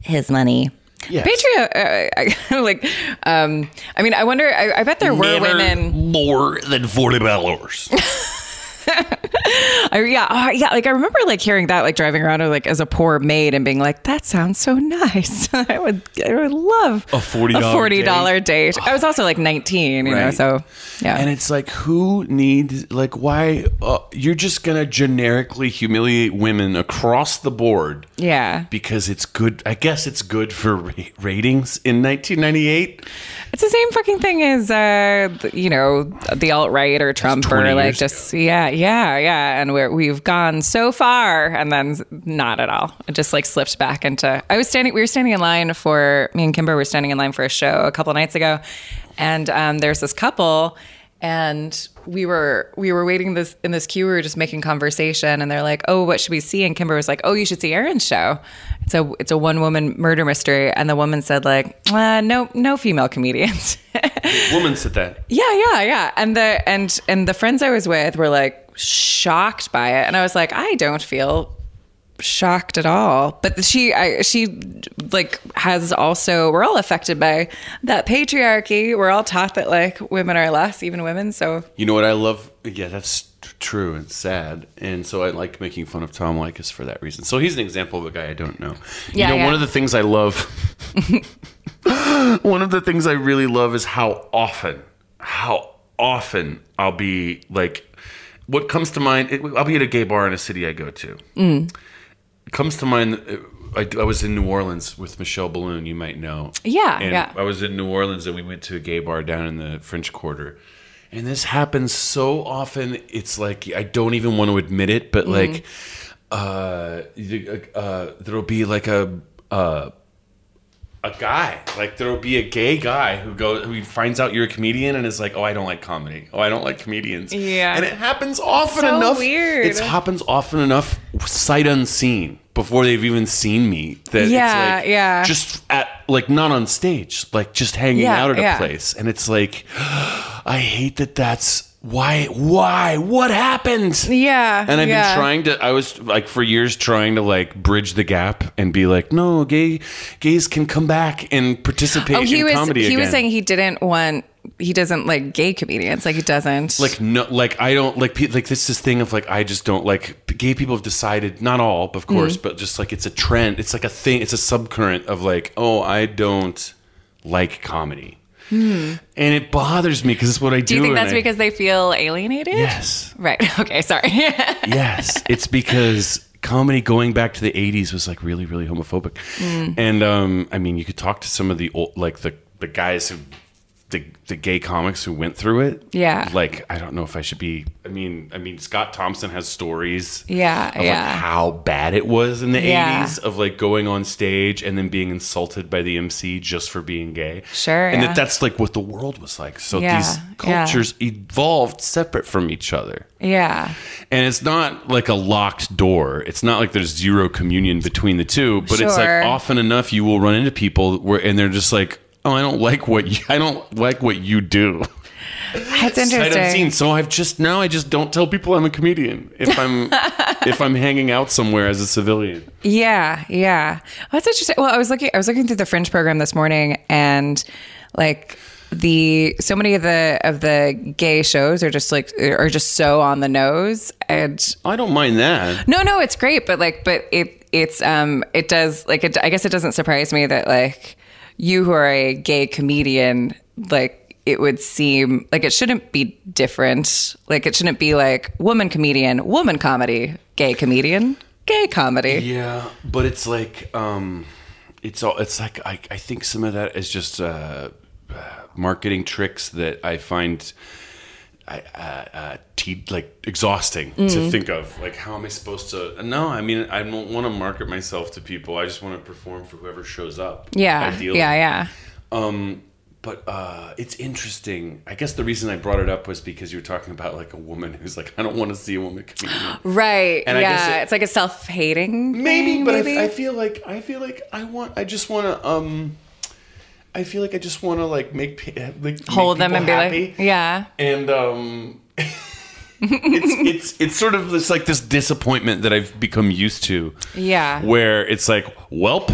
[SPEAKER 3] his money.
[SPEAKER 4] Yes.
[SPEAKER 3] Patreon, uh, like, um, I mean, I wonder. I, I bet there were
[SPEAKER 5] Never
[SPEAKER 3] women.
[SPEAKER 5] more than forty dollars.
[SPEAKER 3] I, yeah, oh, yeah. Like I remember like hearing that, like driving around, or, like as a poor maid, and being like, "That sounds so nice. I would, I would love
[SPEAKER 4] A $40
[SPEAKER 3] forty dollar date." I was also like nineteen, you know,
[SPEAKER 4] Right.
[SPEAKER 3] so yeah.
[SPEAKER 4] And it's like, who needs, like, why? Uh, you're just going to generically humiliate women across the board
[SPEAKER 3] yeah,
[SPEAKER 4] because it's good. I guess it's good for ra- ratings in 1998.
[SPEAKER 3] it's the same fucking thing as uh, th- you know the alt right or Trump
[SPEAKER 4] 20
[SPEAKER 3] or like
[SPEAKER 4] years
[SPEAKER 3] just yeah, yeah, yeah. And we're, we've gone so far, and then not at all. It just like slipped back into. I was standing. We were standing in line for me and Kimber were standing in line for a show a couple nights ago, and um, there's this couple. And we were we were waiting this in this queue. We were just making conversation, and they're like, "Oh, what should we see?" And Kimber was like, "Oh, you should see Aaron's show. It's a it's a one woman murder mystery." And the woman said, "Like, uh, no no female comedians."
[SPEAKER 4] Woman said that.
[SPEAKER 3] Yeah, yeah, yeah. And the and and the friends I was with were like shocked by it, and I was like, I don't feel shocked at all. But she, I, she, like has also. We're all affected by that patriarchy. We're all taught that like women are less, even women. So
[SPEAKER 4] You know what I love? Yeah, that's t- true and sad. And so I like making fun of Tom Likas for that reason. So he's an example of a guy I don't know.
[SPEAKER 3] Yeah,
[SPEAKER 4] you know,
[SPEAKER 3] yeah.
[SPEAKER 4] one of the things I love, one of the things I really love is how often, how often I'll be like, what comes to mind, it, I'll be at a gay bar in a city I go to. It comes to mind, uh, I, I was in New Orleans with Michelle Balloon, you might know.
[SPEAKER 3] Yeah,
[SPEAKER 4] And
[SPEAKER 3] yeah.
[SPEAKER 4] I was in New Orleans and we went to a gay bar down in the French Quarter. And this happens so often, it's like I don't even want to admit it, but
[SPEAKER 3] Mm-hmm.
[SPEAKER 4] like uh, you- uh, there'll be like a uh, a guy, like there'll be a gay guy who goes who finds out you're a comedian and is like, "Oh, I don't like comedy. Oh, I don't like comedians."
[SPEAKER 3] Yeah.
[SPEAKER 4] and it happens often
[SPEAKER 3] So
[SPEAKER 4] enough.
[SPEAKER 3] weird.
[SPEAKER 4] It happens often enough, sight unseen, before they've even seen me. That it's
[SPEAKER 3] Yeah,
[SPEAKER 4] like,
[SPEAKER 3] yeah.
[SPEAKER 4] just at like not on stage, like just hanging
[SPEAKER 3] Yeah,
[SPEAKER 4] out at
[SPEAKER 3] yeah.
[SPEAKER 4] a place, and it's like, I hate that. That's why. Why? What happened?
[SPEAKER 3] yeah,
[SPEAKER 4] And I've
[SPEAKER 3] yeah.
[SPEAKER 4] been trying to. I was like for years trying to like bridge the gap and be like, no, gay gays can come back and participate
[SPEAKER 3] Oh, he
[SPEAKER 4] in
[SPEAKER 3] was
[SPEAKER 4] comedy
[SPEAKER 3] he
[SPEAKER 4] again.
[SPEAKER 3] was saying he didn't want he doesn't like gay comedians like he doesn't
[SPEAKER 4] like no, like I don't like pe- like this this thing of like I just don't like p- gay people have decided not all of
[SPEAKER 6] Mm-hmm.
[SPEAKER 4] course, but just like it's a trend. It's like a thing. It's a subcurrent of like, oh, I don't like comedy. and it bothers me because it's what I do.
[SPEAKER 6] Hmm. Do you think
[SPEAKER 4] and
[SPEAKER 6] that's
[SPEAKER 4] I-
[SPEAKER 6] because they feel alienated?
[SPEAKER 4] yes,
[SPEAKER 6] Right. Okay. Sorry.
[SPEAKER 4] yes, it's because comedy going back to the 80s was like really really homophobic.
[SPEAKER 3] Mm.
[SPEAKER 4] And um I mean, you could talk to some of the old like the the guys who the, the gay comics who went through it.
[SPEAKER 3] Yeah.
[SPEAKER 4] Like I don't know if I should be I mean, I mean Scott Thompson has stories
[SPEAKER 3] Yeah,
[SPEAKER 4] of like,
[SPEAKER 3] yeah.
[SPEAKER 4] how bad it was in the
[SPEAKER 3] Yeah.
[SPEAKER 4] 80s of like going on stage and then being insulted by the MC just for being gay.
[SPEAKER 3] Sure,
[SPEAKER 4] And
[SPEAKER 3] yeah.
[SPEAKER 4] that that's like what the world was like. So
[SPEAKER 3] Yeah,
[SPEAKER 4] these
[SPEAKER 3] yeah.
[SPEAKER 4] cultures evolved separate from each other.
[SPEAKER 3] Yeah.
[SPEAKER 4] And it's not like a locked door. It's not like there's zero communion between the two, but it's like
[SPEAKER 3] Sure.
[SPEAKER 4] often enough you will run into people where and they're just like, "Oh, I don't like what you, I don't like what you do."
[SPEAKER 3] That's
[SPEAKER 4] Sight
[SPEAKER 3] interesting.
[SPEAKER 4] unseen. So I've just now I just don't tell people I'm a comedian if I'm if I'm hanging out somewhere as a civilian.
[SPEAKER 3] Yeah, yeah. Oh, that's interesting. Well, I was looking I was looking through the fringe program this morning and like the so many of the of the gay shows are just like are just so on the nose and
[SPEAKER 4] I don't mind that.
[SPEAKER 3] no no it's great but like but it it's um it does like it, I guess it doesn't surprise me that like you who are a gay comedian like it would seem like it shouldn't be different like it shouldn't be like woman comedian woman comedy gay comedian gay comedy
[SPEAKER 4] Yeah, but it's like um it's all it's like I I think some of that is just uh uh, marketing tricks that I find I, uh, uh, te- like exhausting
[SPEAKER 3] Mm-hmm.
[SPEAKER 4] to think of. Like, how am I supposed to? No, I mean, I don't want to market myself to people. I just want to perform for whoever shows up.
[SPEAKER 3] Yeah.
[SPEAKER 4] ideally.
[SPEAKER 3] Yeah, yeah.
[SPEAKER 4] Um, but uh, it's interesting. I guess the reason I brought it up was because you were talking about like a woman who's like, I don't want to see a woman comedian.
[SPEAKER 3] Right.
[SPEAKER 4] And I guess
[SPEAKER 3] yeah.
[SPEAKER 4] it-
[SPEAKER 3] it's like a self hating.
[SPEAKER 4] Maybe, but
[SPEAKER 3] maybe.
[SPEAKER 4] I, I feel like I feel like I want. I just want to. Um, I feel like I just want to like make pe- like
[SPEAKER 3] Hold
[SPEAKER 4] make
[SPEAKER 3] them and be
[SPEAKER 4] people
[SPEAKER 3] like, yeah.
[SPEAKER 4] and um it's it's it's sort of this like this disappointment that I've become used to.
[SPEAKER 3] Yeah.
[SPEAKER 4] Where it's like, welp.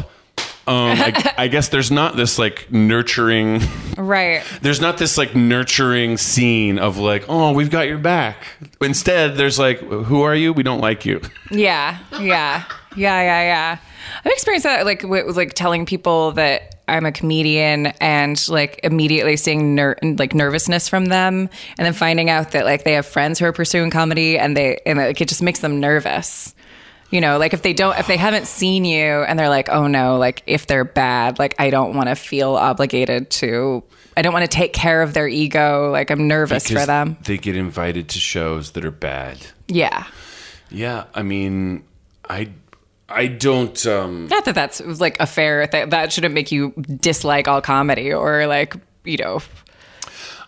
[SPEAKER 4] Um, I, I guess there's not this like nurturing.
[SPEAKER 3] Right.
[SPEAKER 4] There's not this like nurturing scene of like, oh, we've got your back. Instead, there's like, who are you? We don't like you.
[SPEAKER 3] Yeah. Yeah. Yeah. Yeah. Yeah. I've experienced that like with like telling people that I'm a comedian and like immediately seeing ner- like nervousness from them and then finding out that like they have friends who are pursuing comedy and they and like it just makes them nervous. You know, like if they don't if they haven't seen you and they're like, "Oh no, like if they're bad, like I don't want to feel obligated to I don't want to take care of their ego. Like I'm nervous for them."
[SPEAKER 4] They get invited to shows that are bad.
[SPEAKER 3] Yeah.
[SPEAKER 4] Yeah, I mean, I I don't. Um,
[SPEAKER 3] Not that that's like a fair thing. That shouldn't make you dislike all comedy or like, you know.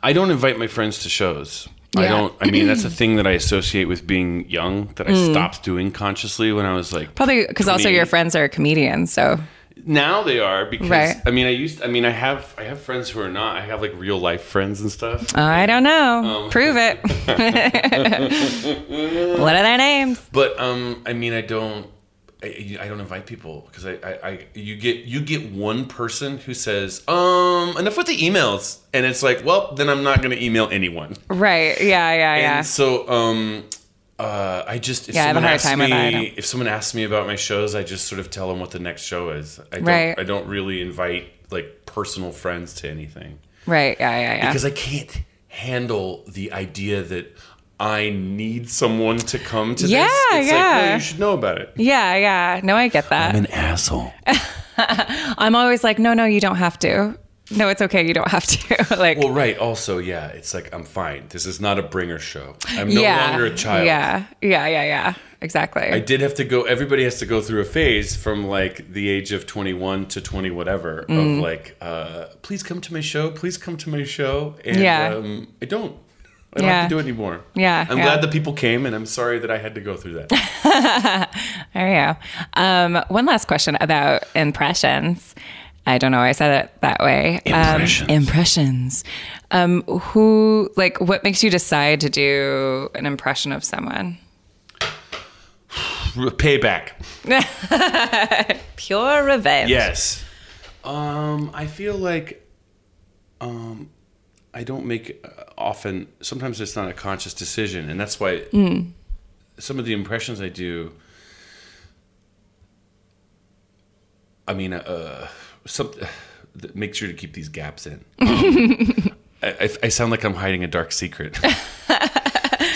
[SPEAKER 4] I don't invite my friends to shows. I
[SPEAKER 3] Yeah.
[SPEAKER 4] don't. I mean, that's a thing that I associate with being young that I
[SPEAKER 3] Mm.
[SPEAKER 4] stopped doing consciously when I was like
[SPEAKER 3] Probably because also your
[SPEAKER 4] 28.
[SPEAKER 3] friends are comedians. So,
[SPEAKER 4] Now they are because
[SPEAKER 3] Right.
[SPEAKER 4] I mean, I used. I mean, I have. I have friends who are not. I have like real life friends and stuff.
[SPEAKER 3] I don't know.
[SPEAKER 4] Oh.
[SPEAKER 3] Prove it. what are their names?
[SPEAKER 4] But um, I mean, I don't. I, I don't invite people because I, I, I you get you get one person who says um enough with the emails and it's like well then I'm not gonna email anyone
[SPEAKER 3] Right. Yeah. Yeah. Yeah.
[SPEAKER 4] And so, um, uh, I just if
[SPEAKER 3] Yeah, I have a
[SPEAKER 4] someone
[SPEAKER 3] hard
[SPEAKER 4] asks
[SPEAKER 3] time
[SPEAKER 4] me
[SPEAKER 3] with that, I don't-
[SPEAKER 4] if someone asks me about my shows, I just sort of tell them what the next show is. I don't,
[SPEAKER 3] Right.
[SPEAKER 4] I don't really invite like personal friends to anything
[SPEAKER 3] right. Yeah. Yeah. Yeah.
[SPEAKER 4] because I can't handle the idea that I need someone to come to
[SPEAKER 3] Yeah,
[SPEAKER 4] this. It's like,
[SPEAKER 3] yeah.
[SPEAKER 4] no, you should know about it.
[SPEAKER 3] yeah. Yeah. No, I get that.
[SPEAKER 4] I'm an asshole.
[SPEAKER 3] I'm always like, no, no, you don't have to. No, it's okay. You don't have to. like,
[SPEAKER 4] Well, right. Also, yeah, it's like I'm fine. This is not a bringer show. I'm no
[SPEAKER 3] yeah.
[SPEAKER 4] longer a child.
[SPEAKER 3] Yeah. Yeah. Yeah. Yeah. Exactly.
[SPEAKER 4] I did have to go. Everybody has to go through a phase from like the age of 21 to 20 whatever
[SPEAKER 3] Mm-hmm.
[SPEAKER 4] of like, uh, please come to my show, please come to my show, and
[SPEAKER 3] Yeah.
[SPEAKER 4] um, I don't. I don't
[SPEAKER 3] Yeah.
[SPEAKER 4] have to do it anymore.
[SPEAKER 3] Yeah,
[SPEAKER 4] I'm
[SPEAKER 3] yeah.
[SPEAKER 4] glad the people came, and I'm sorry that I had to go through that.
[SPEAKER 3] There you go. Um, one last question about impressions. I don't know. why I said it that way. Impressions. Um, impressions. Um, who, like, what makes you decide to do an impression of someone?
[SPEAKER 4] Payback.
[SPEAKER 3] Pure revenge.
[SPEAKER 4] Yes. Um, I feel like um, I don't make uh, often. Sometimes it's not a conscious decision, and that's why some of the impressions I do. I mean, uh, some th- make sure to keep these gaps in. Um, I, I, I sound like I'm hiding a dark secret.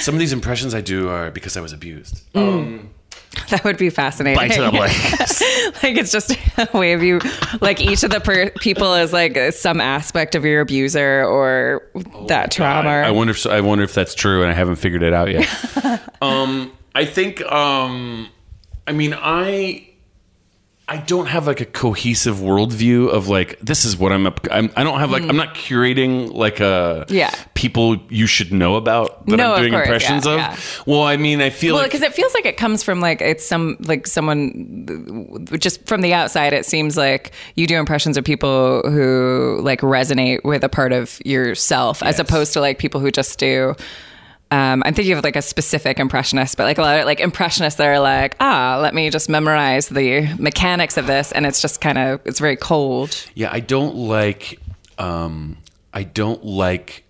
[SPEAKER 4] Some of these impressions I do are because I was abused.
[SPEAKER 3] That would be fascinating.
[SPEAKER 5] Bites it up like
[SPEAKER 3] like it's just a way of you like each of the per- people is like some aspect of your abuser or
[SPEAKER 5] Oh,
[SPEAKER 3] that trauma
[SPEAKER 4] I wonder if I wonder if that's true, and I haven't figured it out yet. um, I think. Um, I mean, I I don't have like a cohesive worldview of like this is what I'm up. I'm, I don't have like I'm not curating like a
[SPEAKER 3] Mm-hmm. Yeah.
[SPEAKER 4] people you should know about that
[SPEAKER 3] No,
[SPEAKER 4] I'm
[SPEAKER 3] of
[SPEAKER 4] doing
[SPEAKER 3] course,
[SPEAKER 4] impressions
[SPEAKER 3] yeah,
[SPEAKER 4] of.
[SPEAKER 3] yeah.
[SPEAKER 4] Well, I mean, I feel
[SPEAKER 3] well
[SPEAKER 4] like
[SPEAKER 3] because it feels like it comes from like it's some like someone just from the outside it seems like you do impressions of people who like resonate with a part of yourself as opposed to like people who just do um, I'm thinking of like a specific impressionist, but like a lot of like impressionists that are like, ah, let me just memorize the mechanics of this, and it's just kind of it's very cold.
[SPEAKER 4] Yeah, I don't like. Um, I don't like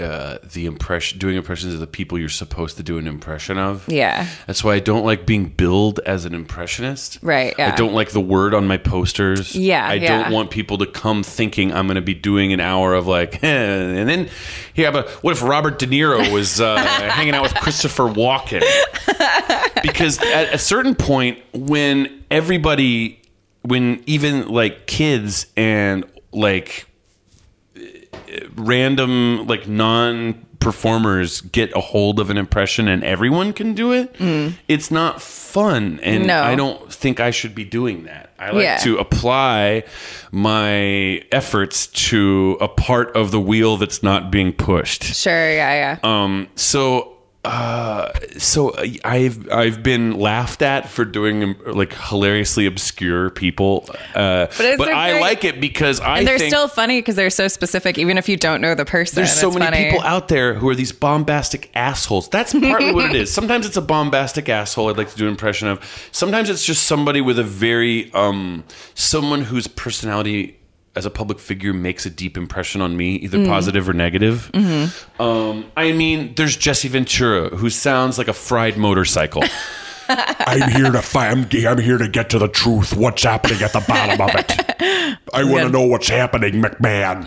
[SPEAKER 4] uh, the impression doing impressions of the people you're supposed to do an impression of.
[SPEAKER 3] Yeah.
[SPEAKER 4] that's why I don't like being billed as an impressionist.
[SPEAKER 3] Right,
[SPEAKER 4] I
[SPEAKER 3] yeah.
[SPEAKER 4] don't like the word on my posters.
[SPEAKER 3] Yeah,
[SPEAKER 4] I
[SPEAKER 3] yeah.
[SPEAKER 4] don't want people to come thinking I'm going to be doing an hour of like, eh, and then yeah, but what if Robert De Niro was uh, hanging out with Christopher Walken? because at a certain point when everybody when even like kids and like eh, random like non performers get a hold of an impression and everyone can do it it's not fun and
[SPEAKER 3] Mm. No.
[SPEAKER 4] i don't think i should be doing that i like
[SPEAKER 3] Yeah.
[SPEAKER 4] to apply my efforts to a part of the wheel that's not being pushed
[SPEAKER 3] Sure, yeah, yeah.
[SPEAKER 4] um, so uh, so I've I've been laughed at for doing um, like hilariously obscure people, uh, but,
[SPEAKER 3] it's a
[SPEAKER 4] I
[SPEAKER 3] very-
[SPEAKER 4] like it because I
[SPEAKER 3] and they're
[SPEAKER 4] think
[SPEAKER 3] still funny because they're so specific, even if you don't know the person.
[SPEAKER 4] there's so
[SPEAKER 3] it's
[SPEAKER 4] many
[SPEAKER 3] funny.
[SPEAKER 4] people out there who are these bombastic assholes. That's partly what it is. Sometimes it's a bombastic asshole I'd like to do an impression of. Sometimes it's just somebody with a very um someone whose personality as a public figure makes a deep impression on me, either
[SPEAKER 3] Mm-hmm.
[SPEAKER 4] positive or negative. Um, I mean, there's Jesse Ventura who sounds like a fried motorcycle.
[SPEAKER 7] I'm here to find. I'm, I'm here to get to the truth. What's happening at the bottom of it? I want to know what's happening, McMahon.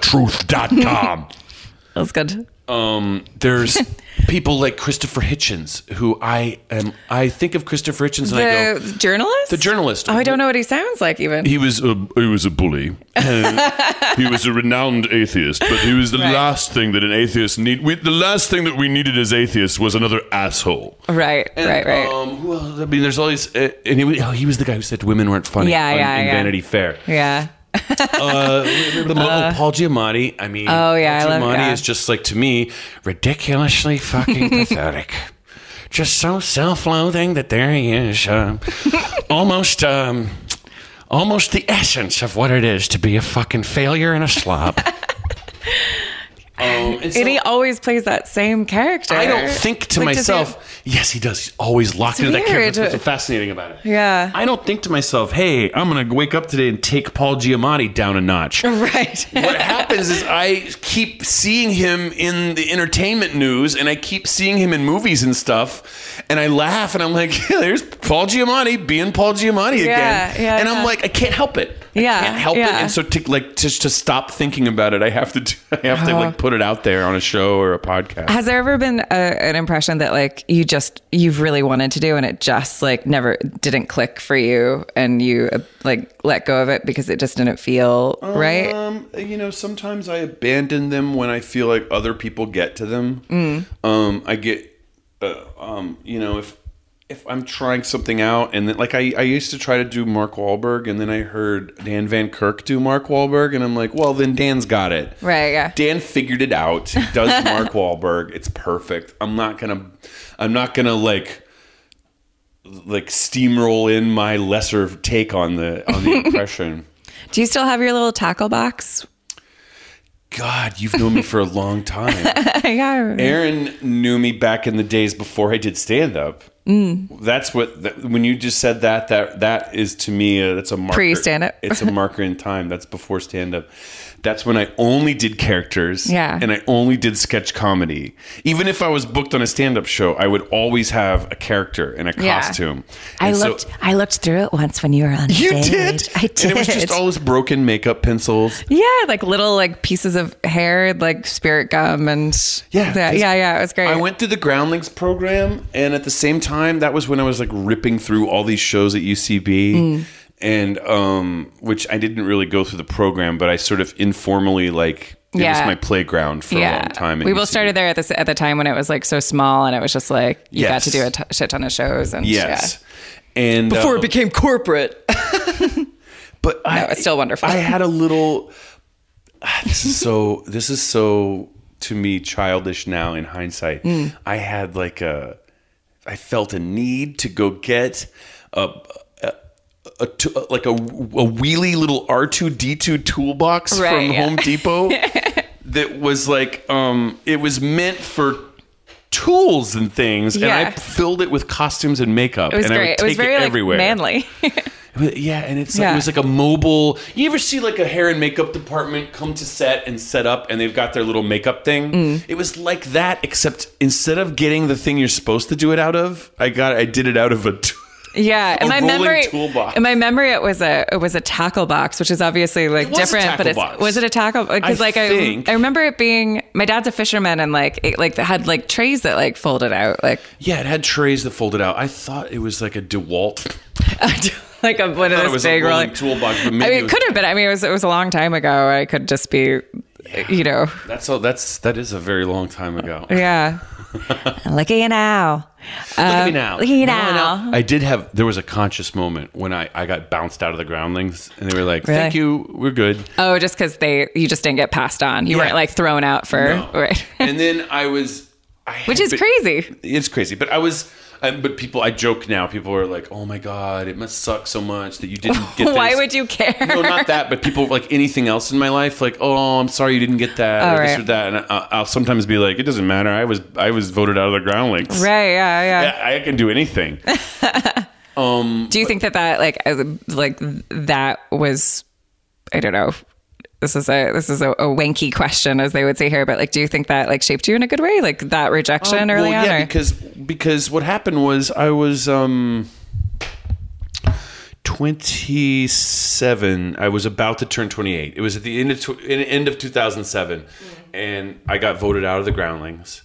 [SPEAKER 7] www.getthetruth.com.
[SPEAKER 3] That's good.
[SPEAKER 4] There's people like Christopher Hitchens who I am. I think of Christopher Hitchens and I go.
[SPEAKER 3] The journalist.
[SPEAKER 4] oh. The journalist.
[SPEAKER 3] Oh, I don't know what he sounds like even.
[SPEAKER 8] He was a he was a bully. he was a renowned atheist, but he was the
[SPEAKER 3] Right.
[SPEAKER 8] last thing that an atheist need. We, the last thing that we needed as atheists was another asshole.
[SPEAKER 3] right, right, right.
[SPEAKER 4] Um, well, I mean, there's all these, uh, and he, was- oh, he was the guy who said women weren't funny.
[SPEAKER 3] Yeah,
[SPEAKER 4] on-
[SPEAKER 3] yeah,
[SPEAKER 4] in
[SPEAKER 3] yeah.
[SPEAKER 4] Vanity Fair.
[SPEAKER 3] yeah.
[SPEAKER 4] Uh, oh, Paul Giamatti. I mean,
[SPEAKER 3] Oh, yeah,
[SPEAKER 4] Paul
[SPEAKER 3] I love-
[SPEAKER 4] Giamatti
[SPEAKER 3] yeah.
[SPEAKER 4] is just like to me ridiculously fucking pathetic. Just so self-loathing that there he is, um, almost, um, almost the essence of what it is to be a fucking failure and a slob. Um, and so-
[SPEAKER 3] and he always plays that same character.
[SPEAKER 4] I don't think to
[SPEAKER 3] Like, does he
[SPEAKER 4] myself, yes, he does. He's always locked
[SPEAKER 3] It's
[SPEAKER 4] into that character.
[SPEAKER 3] weird.
[SPEAKER 4] That's what's fascinating about it.
[SPEAKER 3] Yeah.
[SPEAKER 4] I don't think to myself, hey, I'm going to wake up today and take Paul Giamatti down a notch. what
[SPEAKER 3] right.
[SPEAKER 4] happens is I keep seeing him in the entertainment news and I keep seeing him in movies and stuff. And I laugh and I'm like, yeah, there's Paul Giamatti being Paul Giamatti
[SPEAKER 3] Yeah,
[SPEAKER 4] again.
[SPEAKER 3] yeah,
[SPEAKER 4] and
[SPEAKER 3] yeah.
[SPEAKER 4] I'm like, I can't help it. I
[SPEAKER 3] Yeah,
[SPEAKER 4] can't help it.
[SPEAKER 3] yeah.
[SPEAKER 4] And so to like just to stop thinking about it, I have to do, I have to
[SPEAKER 3] Uh-huh.
[SPEAKER 4] like put it out there on a show or a podcast.
[SPEAKER 3] Has there ever been a, an impression that like you just you've really wanted to do and it just like never didn't click for you and you uh, like let go of it because it just didn't feel right?
[SPEAKER 4] Um, you know, sometimes I abandon them when I feel like other people get to them. Um, I get, uh, um, you know, if if I'm trying something out, and then like I, I used to try to do Mark Wahlberg, and then I heard Dan Van Kirk do Mark Wahlberg, and I'm like, well, then Dan's got it.
[SPEAKER 3] Right, yeah.
[SPEAKER 4] Dan figured it out. He does Mark Wahlberg. It's perfect. I'm not gonna, I'm not gonna like like steamroll in my lesser take on the on the impression.
[SPEAKER 3] Do you still have your little tackle box?
[SPEAKER 4] God, you've known me for a long time.
[SPEAKER 3] yeah.
[SPEAKER 4] Aaron knew me back in the days before I did stand up.
[SPEAKER 3] Mm.
[SPEAKER 4] That's what that, when you just said that that that is to me uh, that's a marker.
[SPEAKER 3] Pre stand-up.
[SPEAKER 4] it's a marker in time. That's before stand up. That's when I only did characters.
[SPEAKER 3] Yeah.
[SPEAKER 4] and I only did sketch comedy. Even if I was booked on a stand up show, I would always have a character and a
[SPEAKER 3] Yeah.
[SPEAKER 4] costume.
[SPEAKER 3] I
[SPEAKER 4] And so-
[SPEAKER 3] looked. I looked through it once when you were on.
[SPEAKER 4] You
[SPEAKER 3] stage.
[SPEAKER 4] did.
[SPEAKER 3] I did.
[SPEAKER 4] And it was just all this broken makeup pencils.
[SPEAKER 3] yeah, like little like pieces of hair, like spirit gum, and
[SPEAKER 4] Yeah,
[SPEAKER 3] yeah,
[SPEAKER 4] this-
[SPEAKER 3] yeah, yeah, It was great.
[SPEAKER 4] I went through the Groundlings program, and at the same time, that was when I was like ripping through all these shows at UCB,
[SPEAKER 3] Mm.
[SPEAKER 4] and um, which I didn't really go through the program, but I sort of informally like it
[SPEAKER 3] Yeah.
[SPEAKER 4] was my playground for a long time. at
[SPEAKER 3] we both
[SPEAKER 4] UCB.
[SPEAKER 3] started there at this at the time when it was like so small, and it was just like you
[SPEAKER 4] Yes.
[SPEAKER 3] got to do a t- shit ton of shows, and
[SPEAKER 4] Yes, and before it became corporate. but I,
[SPEAKER 3] it's still wonderful.
[SPEAKER 4] I had a little. Ah, This is so. This is so to me childish now in hindsight.
[SPEAKER 3] Hmm.
[SPEAKER 4] I had like a. I felt a need to go get a. a- a t- like a, a wheelie little R2D2 toolbox
[SPEAKER 3] Right,
[SPEAKER 4] from
[SPEAKER 3] yeah.
[SPEAKER 4] Home Depot that was like, um, it was meant for tools and things. And I
[SPEAKER 3] Yeah.
[SPEAKER 4] filled it with costumes and makeup.
[SPEAKER 3] yeah. it was
[SPEAKER 4] and I
[SPEAKER 3] great.
[SPEAKER 4] would
[SPEAKER 3] it was
[SPEAKER 4] take
[SPEAKER 3] very like
[SPEAKER 4] everywhere.
[SPEAKER 3] manly.
[SPEAKER 4] But yeah, and it's like,
[SPEAKER 3] Yeah.
[SPEAKER 4] it was like a mobile. You ever see like a hair and makeup department come to set and set up, and they've got their little makeup thing?
[SPEAKER 3] Mm.
[SPEAKER 4] It was like that, except instead of getting the thing you're supposed to do it out of, I got I did it out of a. T-
[SPEAKER 3] yeah, in my
[SPEAKER 4] rolling
[SPEAKER 3] memory,
[SPEAKER 4] toolbox.
[SPEAKER 3] in my memory, it was a it was a tackle box, which is obviously like
[SPEAKER 4] It was a
[SPEAKER 3] different.
[SPEAKER 4] tackle
[SPEAKER 3] but it's,
[SPEAKER 4] box.
[SPEAKER 3] was it a tackle? Because
[SPEAKER 4] I
[SPEAKER 3] like
[SPEAKER 4] think-
[SPEAKER 3] I, I remember it being my dad's a fisherman, and like it like had like trays that like folded out, like
[SPEAKER 4] yeah, it had trays that folded out. I thought it was like a Dewalt.
[SPEAKER 3] like a one of
[SPEAKER 4] thought it
[SPEAKER 3] those
[SPEAKER 4] was a
[SPEAKER 3] big
[SPEAKER 4] rolling
[SPEAKER 3] rolling-
[SPEAKER 4] toolbox, but maybe
[SPEAKER 3] I
[SPEAKER 4] it
[SPEAKER 3] mean, it
[SPEAKER 4] was-
[SPEAKER 3] could have been. I mean, it was it was a long time ago. I could just be, you know,
[SPEAKER 4] That's all. That's that is a very long time ago.
[SPEAKER 3] yeah. Look at you now.
[SPEAKER 4] Look at me now.
[SPEAKER 3] look at you
[SPEAKER 4] I
[SPEAKER 3] now.
[SPEAKER 4] know. I did have. There was a conscious moment when I I got bounced out of the groundlings, and they were like, "Thank you, we're good."
[SPEAKER 3] Oh, just because they you just didn't get passed on. You
[SPEAKER 4] Yeah.
[SPEAKER 3] weren't like thrown out for right.
[SPEAKER 4] and then I was, I
[SPEAKER 3] Which
[SPEAKER 4] had
[SPEAKER 3] is
[SPEAKER 4] been-
[SPEAKER 3] crazy.
[SPEAKER 4] It's crazy, but I was. I, but people, I joke now. People are like, "Oh my god, it must suck so much that you didn't get." This.
[SPEAKER 3] Why would you care?
[SPEAKER 4] No, not that. But people like anything else in my life, like, "Oh, I'm sorry you didn't get that,"
[SPEAKER 3] Oh,
[SPEAKER 4] or this
[SPEAKER 3] right.
[SPEAKER 4] or that. And I, I'll sometimes be like, "It doesn't matter. I was, I was voted out of the ground. Like,
[SPEAKER 3] Right, yeah, yeah.
[SPEAKER 4] I, I can do anything."
[SPEAKER 3] Do you think that that like as- like that was I don't know. This is a this is a, a wanky question as they would say here, but like do you think that like shaped you in a good way? Like that rejection early
[SPEAKER 4] Um, well,
[SPEAKER 3] on?
[SPEAKER 4] yeah,
[SPEAKER 3] or-
[SPEAKER 4] because because what happened was I was um 27. I was about to turn 28. It was at the end of tw- in- end of 2007 and I got voted out of the groundlings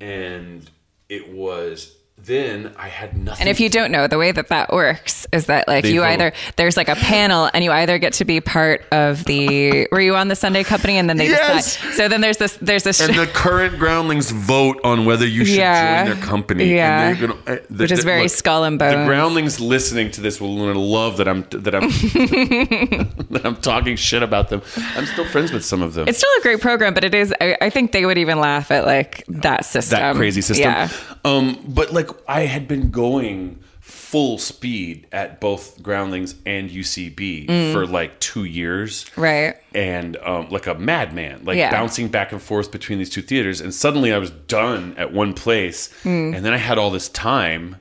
[SPEAKER 4] and it was then I had nothing
[SPEAKER 3] And if you don't know, the way that that works is that like
[SPEAKER 4] They
[SPEAKER 3] you
[SPEAKER 4] vote.
[SPEAKER 3] either there's like a panel, and you either get to be part of the were you on the Sunday Company, and then they
[SPEAKER 4] Yes.
[SPEAKER 3] decide. So then there's this there's this
[SPEAKER 4] and the current groundlings vote on whether you should
[SPEAKER 3] Yeah.
[SPEAKER 4] join their company.
[SPEAKER 3] Yeah.
[SPEAKER 4] and they're gonna, uh, the-
[SPEAKER 3] Which is
[SPEAKER 4] the-
[SPEAKER 3] very skull and
[SPEAKER 4] The
[SPEAKER 3] bones.
[SPEAKER 4] groundlings listening to this will love that I'm that I'm that I'm talking shit about them. I'm still friends with some of them.
[SPEAKER 3] it's still a great program, but it is. I, I think they would even laugh at like that system,
[SPEAKER 4] that crazy system.
[SPEAKER 3] Yeah.
[SPEAKER 4] Um, but like I had been going full speed at both groundlings and UCB
[SPEAKER 3] Mm.
[SPEAKER 4] for like two years,
[SPEAKER 3] Right.
[SPEAKER 4] and um, like a madman, like
[SPEAKER 3] Yeah.
[SPEAKER 4] bouncing back and forth between these two theaters. And suddenly I was done at one place.
[SPEAKER 3] Hmm.
[SPEAKER 4] And then I had all this time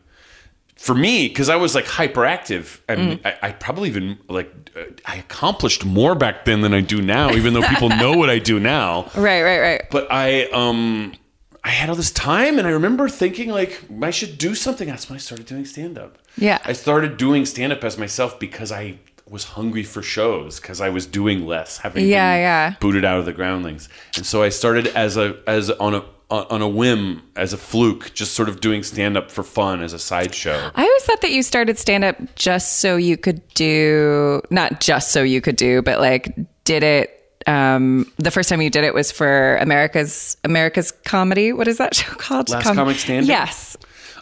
[SPEAKER 4] for me because I was like hyperactive. I,
[SPEAKER 3] Hmm.
[SPEAKER 4] mean, I, I probably even like uh, I accomplished more back then than I do now, even though people know what I do now
[SPEAKER 3] Right, right, right.
[SPEAKER 4] but I um I had all this time and I remember thinking like I should do something. That's when I started doing stand up.
[SPEAKER 3] Yeah.
[SPEAKER 4] I started doing stand up as myself because I was hungry for shows because I was doing less, having
[SPEAKER 3] Yeah,
[SPEAKER 4] been
[SPEAKER 3] yeah.
[SPEAKER 4] booted out of the groundlings. And so I started as a as on a on on a whim, as a fluke, just sort of doing stand up for fun as a sideshow.
[SPEAKER 3] I always thought that you started stand up just so you could do not just so you could do, but like did it. Um, the first time you did it was for America's America's Comedy. What is that show called?
[SPEAKER 4] Last Comic Standing?
[SPEAKER 3] Yes,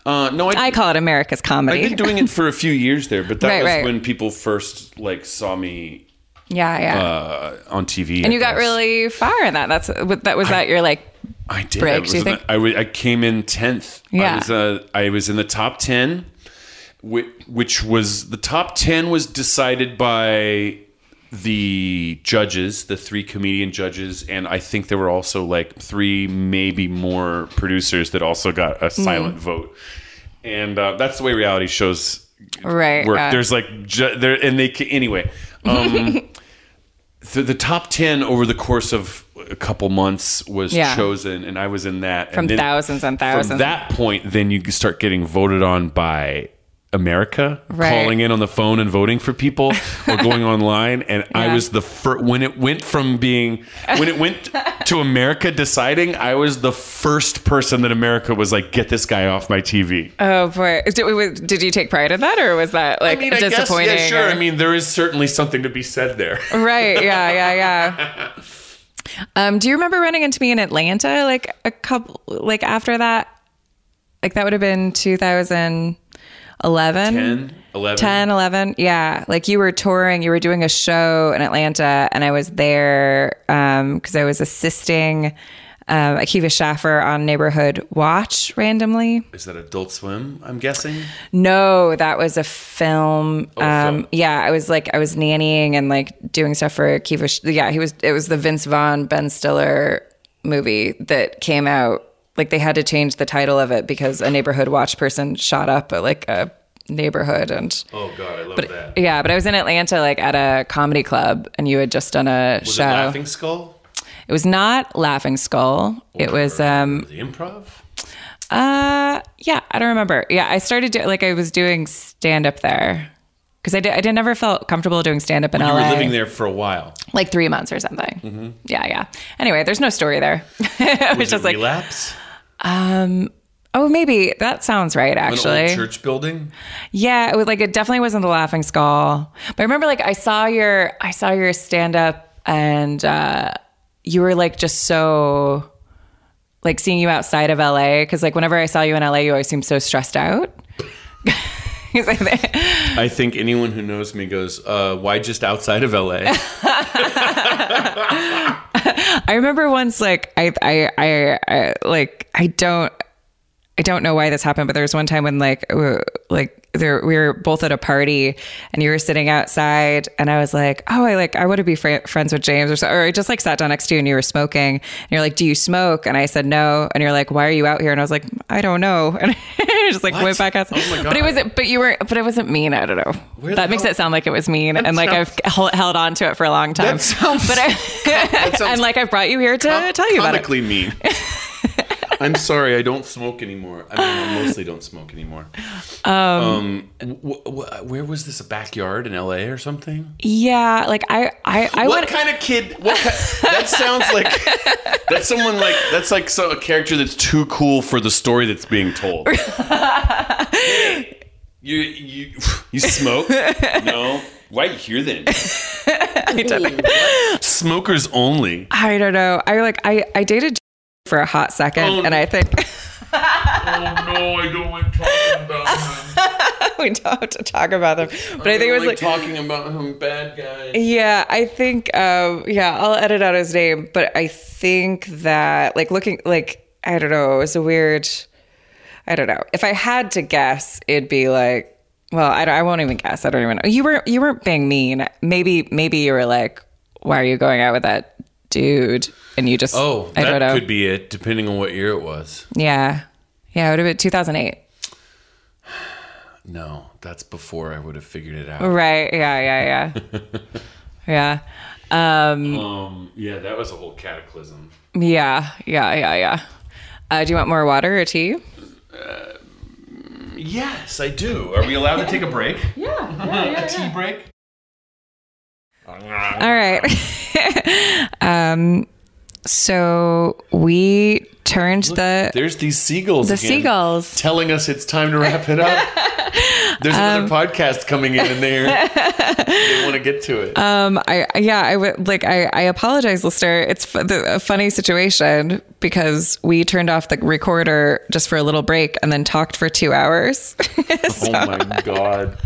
[SPEAKER 4] Uh, no, I,
[SPEAKER 3] I call it America's Comedy.
[SPEAKER 4] I've been doing it for a few years there, but that
[SPEAKER 3] Right,
[SPEAKER 4] was
[SPEAKER 3] right.
[SPEAKER 4] when people first like saw me
[SPEAKER 3] yeah, yeah.
[SPEAKER 4] uh, on TV.
[SPEAKER 3] and you got really far in that. That's what that was. that you're like,
[SPEAKER 4] I did.
[SPEAKER 3] break,
[SPEAKER 4] I,
[SPEAKER 3] do
[SPEAKER 4] was
[SPEAKER 3] you
[SPEAKER 4] in the-
[SPEAKER 3] think?
[SPEAKER 4] I wa- I came in tenth.
[SPEAKER 3] Yeah.
[SPEAKER 4] I was, uh, I was in the top ten, which, which was the top ten was decided by the judges, the three comedian judges, and I think there were
[SPEAKER 3] Hmm.
[SPEAKER 4] also like three, maybe more producers that also got a silent vote. and uh, that's the way reality shows
[SPEAKER 3] Right.
[SPEAKER 4] work.
[SPEAKER 3] uh,
[SPEAKER 4] There's like ju- there, and they ca- anyway. Um, the, the top ten over the course of a couple months was
[SPEAKER 3] Yeah.
[SPEAKER 4] chosen, and I was in that.
[SPEAKER 3] From
[SPEAKER 4] and then-
[SPEAKER 3] thousands and
[SPEAKER 4] From
[SPEAKER 3] thousands.
[SPEAKER 4] that point, then you start getting voted on by. America
[SPEAKER 3] Right.
[SPEAKER 4] calling in on the phone and voting for people or going online and I
[SPEAKER 3] Yeah.
[SPEAKER 4] was the first when it went from being when it went to America deciding I was the first person that America was like get this guy off my TV
[SPEAKER 3] oh boy, did, we- did you take pride in that, or was that like disappointing? Mm-hmm.
[SPEAKER 4] I guess, yeah, sure.
[SPEAKER 3] or-
[SPEAKER 4] I mean, there is certainly something to be said there.
[SPEAKER 3] right? Yeah, yeah, yeah. Um, do you remember running into me in Atlanta like a couple like after that? Like that would have been 2011.
[SPEAKER 4] 10, 11.
[SPEAKER 3] 10 11 yeah like you were touring you were doing a show in atlanta and i was there because i was assisting um, akiva schaffer on neighborhood watch randomly
[SPEAKER 4] Is that Adult Swim? I'm guessing.
[SPEAKER 3] no that was a film
[SPEAKER 4] Oh, a
[SPEAKER 3] um,
[SPEAKER 4] film.
[SPEAKER 3] yeah i was like i was nannying and like doing stuff for akiva Sch- yeah he was it was the vince vaughn ben stiller movie that came out like they had to change the title of it because a neighborhood watch person shot up at like a neighborhood and
[SPEAKER 4] Oh God, I love that.
[SPEAKER 3] yeah, but I was in Atlanta like at a comedy club and you had just done a
[SPEAKER 4] Was
[SPEAKER 3] show.
[SPEAKER 4] it Laughing Skull?
[SPEAKER 3] It was not Laughing Skull. It was um
[SPEAKER 4] The improv?
[SPEAKER 3] uh yeah, I don't remember. Yeah, I started do- like I was doing stand up there. Cuz I did, I did never felt comfortable doing stand up in
[SPEAKER 4] You
[SPEAKER 3] LA.
[SPEAKER 4] were living there for a while.
[SPEAKER 3] Like 3 months or something. Yeah, yeah. Anyway, there's no story there. it was
[SPEAKER 4] Was
[SPEAKER 3] just
[SPEAKER 4] it
[SPEAKER 3] like,
[SPEAKER 4] relapse?
[SPEAKER 3] oh, maybe that sounds right
[SPEAKER 4] An
[SPEAKER 3] actually.
[SPEAKER 4] old church building?
[SPEAKER 3] Yeah, it was like it definitely wasn't the Laughing Skull. But I remember like I saw your I saw your stand up and uh you were like just so like seeing you outside of LA cuz like whenever I saw you in LA you always seemed so stressed out. 'Cause I-
[SPEAKER 4] I think anyone who knows me goes, uh, "Why just outside of LA?"
[SPEAKER 3] I remember once like I I I, I like I don't I don't know why this happened, but there was one time when like we were- like there we were both at a party and you were sitting outside and I was like, oh, I like I want to be fri friends with James or so, or I just like sat down next to you and you were smoking and you're like, do you smoke? And I said no, and you're like, why are you out here? And I was like, I don't know, and I just like went back outside.
[SPEAKER 4] Oh my
[SPEAKER 3] But it
[SPEAKER 4] God.
[SPEAKER 3] wasn't. But you were. But it wasn't mean. I don't know. that makes it sound like it was mean, and like I've hel- held on to it for a long time.
[SPEAKER 4] sounds-
[SPEAKER 3] but I, and like I've brought you here to tell you about it.
[SPEAKER 4] Comically mean. I'm sorry, I don't smoke anymore. I mean, I mostly don't smoke anymore. Um, w- w- where was this? A backyard in LA or something?
[SPEAKER 3] Yeah, like I, I, I
[SPEAKER 4] what
[SPEAKER 3] went.
[SPEAKER 4] kind of kid? What ki- that sounds like that's someone like that's like so, a character that's too cool for the story that's being told. you you you smoke? No. Why are you here then? Smokers only.
[SPEAKER 3] I don't know. I like I, I dated for a hot second,
[SPEAKER 4] Oh,
[SPEAKER 3] and
[SPEAKER 4] no.
[SPEAKER 3] I think
[SPEAKER 8] Oh, no, I don't like talking about him.
[SPEAKER 3] we don't have to talk about them. But I think it was like,
[SPEAKER 4] talking about him, bad guy.
[SPEAKER 3] yeah, I think, um, yeah, I'll edit out his name, but I think that like looking like I don't know, it was a weird. I don't know. If I had to guess, it'd be like, well, I, don't- I won't even guess. I don't even know. You were you weren't being mean. Maybe maybe you were like, why are you going out with that dude? And you just
[SPEAKER 4] Oh,
[SPEAKER 3] I don't
[SPEAKER 4] that
[SPEAKER 3] know.
[SPEAKER 4] could be it, depending on what year it was.
[SPEAKER 3] Yeah. Yeah, it would have been 2008.
[SPEAKER 4] No, that's before I would have figured it out.
[SPEAKER 3] Right. Yeah, yeah, yeah. yeah. Um
[SPEAKER 4] Um, yeah, that was a whole cataclysm.
[SPEAKER 3] yeah, yeah, yeah, yeah. Uh, do you want more water or tea?
[SPEAKER 4] Yes, I do. Are we allowed to take a break? Yeah, a tea break.
[SPEAKER 3] All right. um so we turned the
[SPEAKER 4] There's these seagulls.
[SPEAKER 3] the
[SPEAKER 4] again,
[SPEAKER 3] seagulls.
[SPEAKER 4] telling us it's time to wrap it up. There's
[SPEAKER 3] Um,
[SPEAKER 4] another podcast coming in, and they're, they want to get to it.
[SPEAKER 3] Um, I yeah, I would like I I apologize, listener. It's f- the, a funny situation because we turned off the recorder just for a little break and then talked for two hours.
[SPEAKER 4] oh my god,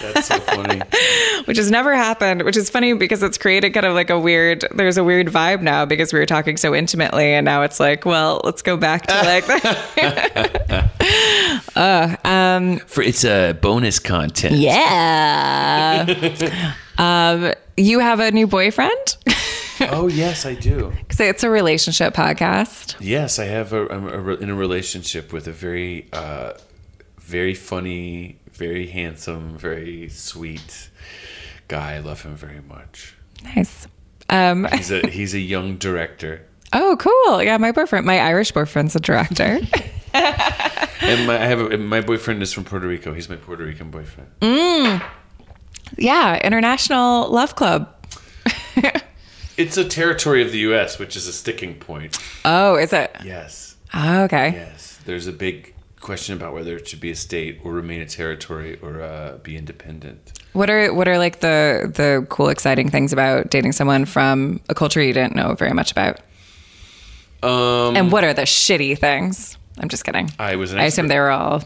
[SPEAKER 4] that's so funny.
[SPEAKER 3] which has never happened, which is funny because it's created kind of like a weird, there's a weird vibe now because we were talking so intimately and now it's like, well, let's go back to like,
[SPEAKER 5] For it's a bonus content.
[SPEAKER 3] yeah. um, you have a new boyfriend?
[SPEAKER 4] Oh yes, I do.
[SPEAKER 3] Because it's a relationship podcast.
[SPEAKER 4] Yes, I have a, I'm a, re- in a relationship with a very uh, very funny, very handsome, very sweet guy. I love him very much.
[SPEAKER 3] Nice. Um,
[SPEAKER 4] He's a he's a young director.
[SPEAKER 3] oh, cool. Yeah, my boyfriend, my Irish boyfriend's a director.
[SPEAKER 4] And my I have a, my boyfriend is from Puerto Rico. He's my Puerto Rican boyfriend.
[SPEAKER 3] yeah, International Love Club.
[SPEAKER 4] It's a territory of the U.S., which is a sticking point.
[SPEAKER 3] Oh, is it?
[SPEAKER 4] Yes,
[SPEAKER 3] Oh, okay.
[SPEAKER 4] yes. There's a big question about whether it should be a state or remain a territory or uh, be independent.
[SPEAKER 3] What are what are like the the cool, exciting things about dating someone from a culture you didn't know very much about? Um, and what are the shitty things? I'm just kidding.
[SPEAKER 4] I was an
[SPEAKER 3] I assume
[SPEAKER 4] expert.
[SPEAKER 3] they were all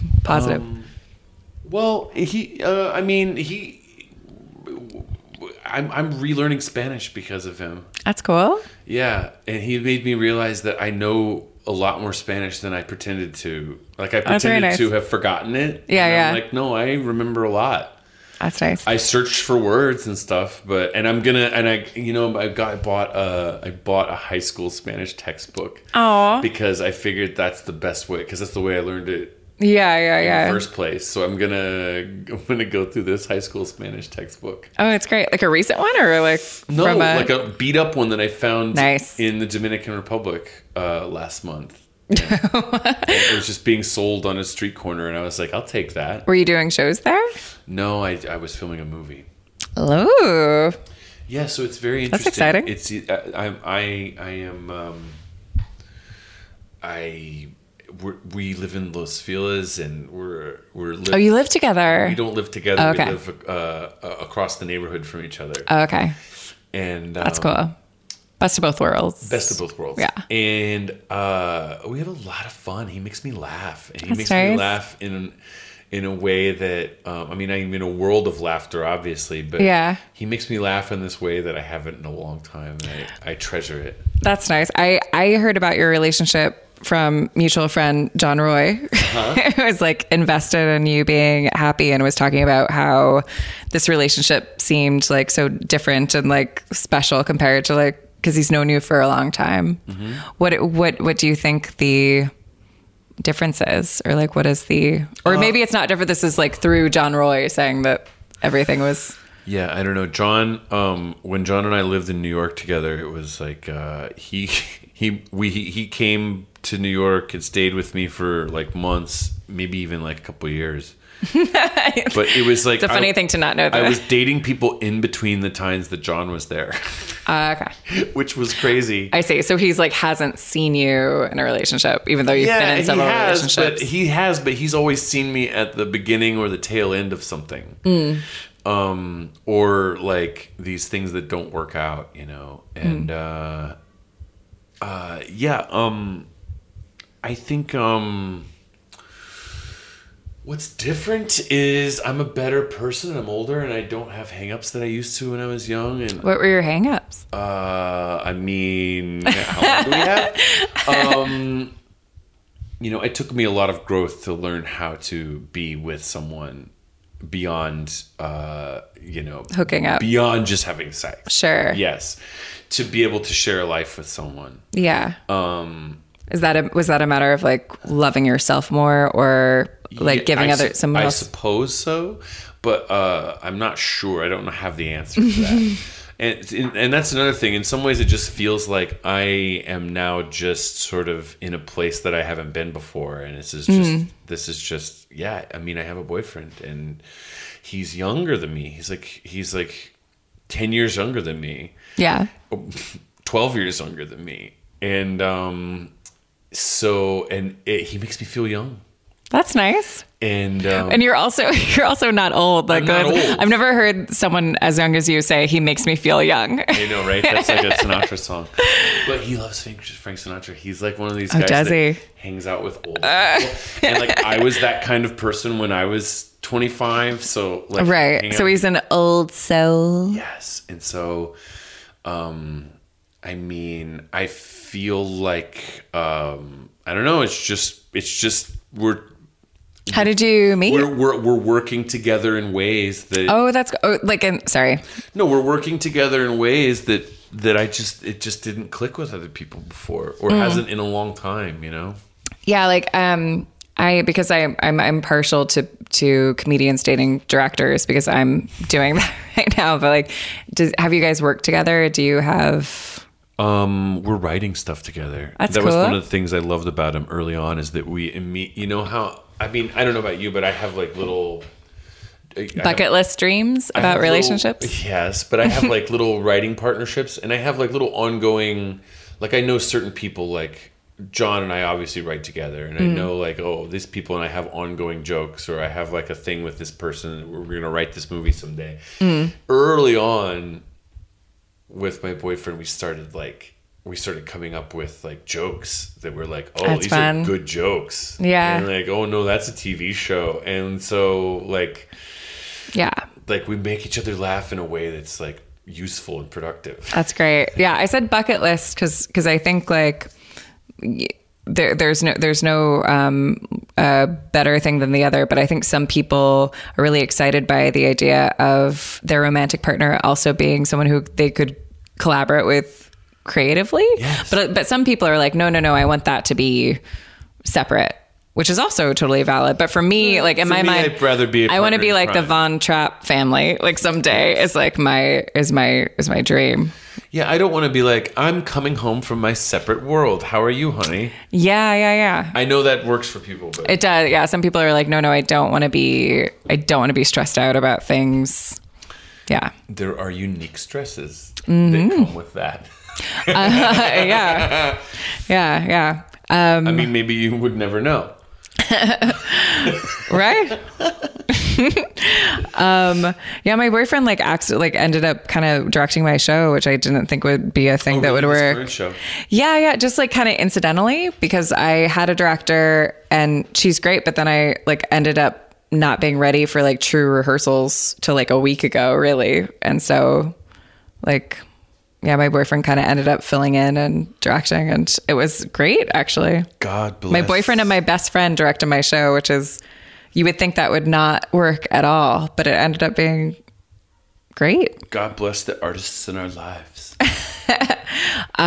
[SPEAKER 3] positive.
[SPEAKER 4] Well, he. Uh, I mean, he. I'm I'm relearning Spanish because of him.
[SPEAKER 3] That's cool.
[SPEAKER 4] Yeah, and he made me realize that I know a lot more Spanish than I pretended to. Like I
[SPEAKER 3] Oh, That's very
[SPEAKER 4] pretended to
[SPEAKER 3] nice.
[SPEAKER 4] have forgotten it.
[SPEAKER 3] Yeah,
[SPEAKER 4] and I'm
[SPEAKER 3] yeah.
[SPEAKER 4] like no, I remember a lot.
[SPEAKER 3] That's nice.
[SPEAKER 4] I searched for words and stuff, but and I'm gonna and I you know I got I bought a I bought a high school Spanish textbook.
[SPEAKER 3] Aw.
[SPEAKER 4] because I figured that's the best way because that's the way I learned it
[SPEAKER 3] yeah, yeah,
[SPEAKER 4] in
[SPEAKER 3] yeah.
[SPEAKER 4] the first place. So I'm gonna I'm gonna go through this high school Spanish textbook.
[SPEAKER 3] oh, it's great. Like a recent one or like
[SPEAKER 4] No,
[SPEAKER 3] from a,
[SPEAKER 4] like a beat up one that I found
[SPEAKER 3] Nice.
[SPEAKER 4] in the Dominican Republic uh, last month. it was just being sold on a street corner, and I was like, "I'll take that."
[SPEAKER 3] were you doing shows there?
[SPEAKER 4] No, I, I was filming a movie.
[SPEAKER 3] Ooh.
[SPEAKER 4] Yeah, so it's very interesting.
[SPEAKER 3] exciting.
[SPEAKER 4] It's uh, I'm I I am um, I we're, we live in Los Feliz, and we're we're li-
[SPEAKER 3] Oh, you live together.
[SPEAKER 4] we don't live together.
[SPEAKER 3] Okay.
[SPEAKER 4] We live uh, uh, across the neighborhood from each other,
[SPEAKER 3] Oh, okay,
[SPEAKER 4] and um,
[SPEAKER 3] that's cool. Best of both worlds.
[SPEAKER 4] Best of both worlds.
[SPEAKER 3] Yeah.
[SPEAKER 4] And uh, we have a lot of fun. He makes me laugh, and he
[SPEAKER 3] That's
[SPEAKER 4] makes me
[SPEAKER 3] nice.
[SPEAKER 4] laugh in in a way that um, I mean, I'm in a world of laughter, obviously, but
[SPEAKER 3] Yeah.
[SPEAKER 4] he makes me laugh in this way that I haven't in a long time, and I, I treasure it.
[SPEAKER 3] That's nice. I I heard about your relationship from mutual friend John Roy,
[SPEAKER 4] Uh-huh.
[SPEAKER 3] who was like invested in you being happy and was talking about how this relationship seemed like so different and like special compared to like because he's known you for a long time.
[SPEAKER 4] Mm-hmm.
[SPEAKER 3] What what what do you think the difference is, or like what is the,
[SPEAKER 4] Uh,
[SPEAKER 3] or maybe it's not different. This is like through John Roy saying that everything was
[SPEAKER 4] Yeah, I don't know. John, um, when John and I lived in New York together, it was like uh, he he we he, he came to New York and stayed with me for like months, maybe even like a couple years. but it was like
[SPEAKER 3] It's a funny
[SPEAKER 4] I-
[SPEAKER 3] thing to not know that.
[SPEAKER 4] I was dating people in between the times that John was there,
[SPEAKER 3] uh, okay.
[SPEAKER 4] which was crazy.
[SPEAKER 3] I see. So he's like hasn't seen you in a relationship, even though you've been in several
[SPEAKER 4] he has, but
[SPEAKER 3] relationships.
[SPEAKER 4] he has, but he's always seen me at the beginning or the tail end of something,
[SPEAKER 3] Hmm.
[SPEAKER 4] um, or like these things that don't work out, you know.
[SPEAKER 3] Hmm.
[SPEAKER 4] And uh, uh, yeah, um, I think um, what's different is I'm a better person. I'm older, and I don't have hangups that I used to when I was young. And
[SPEAKER 3] what were your hangups?
[SPEAKER 4] uh, I mean, how long do we have? Um, you know, it took me a lot of growth to learn how to be with someone beyond, uh, you know,
[SPEAKER 3] Hooking up.
[SPEAKER 4] beyond just having sex.
[SPEAKER 3] Sure.
[SPEAKER 4] Yes, to be able to share a life with someone.
[SPEAKER 3] Yeah. Um, is that a, was that a matter of like loving yourself more, or like
[SPEAKER 4] Yeah,
[SPEAKER 3] giving
[SPEAKER 4] I
[SPEAKER 3] other
[SPEAKER 4] sup-
[SPEAKER 3] someone
[SPEAKER 4] I
[SPEAKER 3] else?
[SPEAKER 4] suppose so, but uh, I'm not sure. I don't have the answer to that. and and that's another thing. In some ways, it just feels like I am now just sort of in a place that I haven't been before, and this is just
[SPEAKER 3] Mm.
[SPEAKER 4] this is just yeah. I mean, I have a boyfriend, and he's younger than me. He's like he's like ten years younger than me.
[SPEAKER 3] yeah.
[SPEAKER 4] 12 years younger than me and um so and it, he makes me feel young
[SPEAKER 3] That's nice.
[SPEAKER 4] and um,
[SPEAKER 3] And you're also you're also not old. Like
[SPEAKER 4] not
[SPEAKER 3] that's-
[SPEAKER 4] old.
[SPEAKER 3] I've never heard someone as young as you say he makes me feel young.
[SPEAKER 4] I know, right? That's like a Sinatra song. But he loves Frank, Frank Sinatra. He's like one of these guys
[SPEAKER 3] Oh, does
[SPEAKER 4] that
[SPEAKER 3] he? Uh.
[SPEAKER 4] hangs out with old people. And like I was that kind of person when I was 25. So like hang
[SPEAKER 3] right.
[SPEAKER 4] out
[SPEAKER 3] So
[SPEAKER 4] with
[SPEAKER 3] he's an old soul.
[SPEAKER 4] Yes. And so, um, I mean, I feel like, um, I don't know. It's just, it's just, we're,
[SPEAKER 3] How did you meet?
[SPEAKER 4] we're, we're, we're working together in ways that,
[SPEAKER 3] oh, that's oh, like in, sorry.
[SPEAKER 4] no, we're working together in ways that, that I just, it just didn't
[SPEAKER 3] Hmm.
[SPEAKER 4] click with other people before or hasn't in a long time, you know?
[SPEAKER 3] Yeah, like um I because I I'm I'm partial to to comedians dating directors because I'm doing that right now. But like, does have you guys worked together? Do you have?
[SPEAKER 4] Um, we're writing stuff together.
[SPEAKER 3] That's
[SPEAKER 4] that was
[SPEAKER 3] cool.
[SPEAKER 4] one of the things I loved about him early on is that we imme- you know how I mean, I don't know about you, but I have like little I- I have-
[SPEAKER 3] Bucket list dreams
[SPEAKER 4] I have
[SPEAKER 3] about
[SPEAKER 4] little-
[SPEAKER 3] relationships.
[SPEAKER 4] yes, but I have like little writing partnerships and I have like little ongoing like I know certain people like John and I obviously write together and I
[SPEAKER 3] Mm.
[SPEAKER 4] know like oh these people and I have ongoing jokes or I have like a thing with this person we're going to write this movie someday.
[SPEAKER 3] Mm.
[SPEAKER 4] Early on with my boyfriend we started like we started coming up with like jokes that were like oh
[SPEAKER 3] That's
[SPEAKER 4] these
[SPEAKER 3] fun.
[SPEAKER 4] are good jokes.
[SPEAKER 3] Yeah.
[SPEAKER 4] And like oh no that's a TV show and so like
[SPEAKER 3] Yeah,
[SPEAKER 4] like we make each other laugh in a way that's like useful and productive.
[SPEAKER 3] that's great. Yeah, I said bucket list because because I think like there, there's no there's no um, uh, better thing than the other. But I think some people are really excited by the idea of their romantic partner also being someone who they could collaborate with creatively. But but some people are like, no, no, no, I want that to be separate. Which is also totally valid, but for me, like in
[SPEAKER 4] For
[SPEAKER 3] my
[SPEAKER 4] me,
[SPEAKER 3] mind,
[SPEAKER 4] I'd rather be a
[SPEAKER 3] I want to
[SPEAKER 4] partner
[SPEAKER 3] be
[SPEAKER 4] in
[SPEAKER 3] like the
[SPEAKER 4] crime.
[SPEAKER 3] Von Trapp family. Like someday is like my is my is my dream.
[SPEAKER 4] Yeah, I don't want to be like, I'm coming home from my separate world. How are you, honey?
[SPEAKER 3] Yeah, yeah, yeah.
[SPEAKER 4] I know that works for people, but
[SPEAKER 3] It does. Yeah. Some people are like, no, no, I don't want to be, I don't want to be stressed out about things. Yeah.
[SPEAKER 4] there are unique stresses
[SPEAKER 3] Mm-hmm.
[SPEAKER 4] that come with that.
[SPEAKER 3] yeah. Yeah. Yeah.
[SPEAKER 4] I mean, maybe you would never know.
[SPEAKER 3] right um yeah my boyfriend like accident like ended up kind of directing my show which i didn't think would be a thing that would
[SPEAKER 4] This
[SPEAKER 3] work
[SPEAKER 4] current show.
[SPEAKER 3] Yeah, yeah, just like kind of incidentally because I had a director and she's great, but then I like ended up not being ready for like true rehearsals till like a week ago, really. And so like yeah, my boyfriend kind of ended up filling in and directing and it was great actually.
[SPEAKER 4] God bless.
[SPEAKER 3] My boyfriend and my best friend directed my show, which is you would think that would not work at all, but it ended up being great.
[SPEAKER 4] God bless the artists in our lives.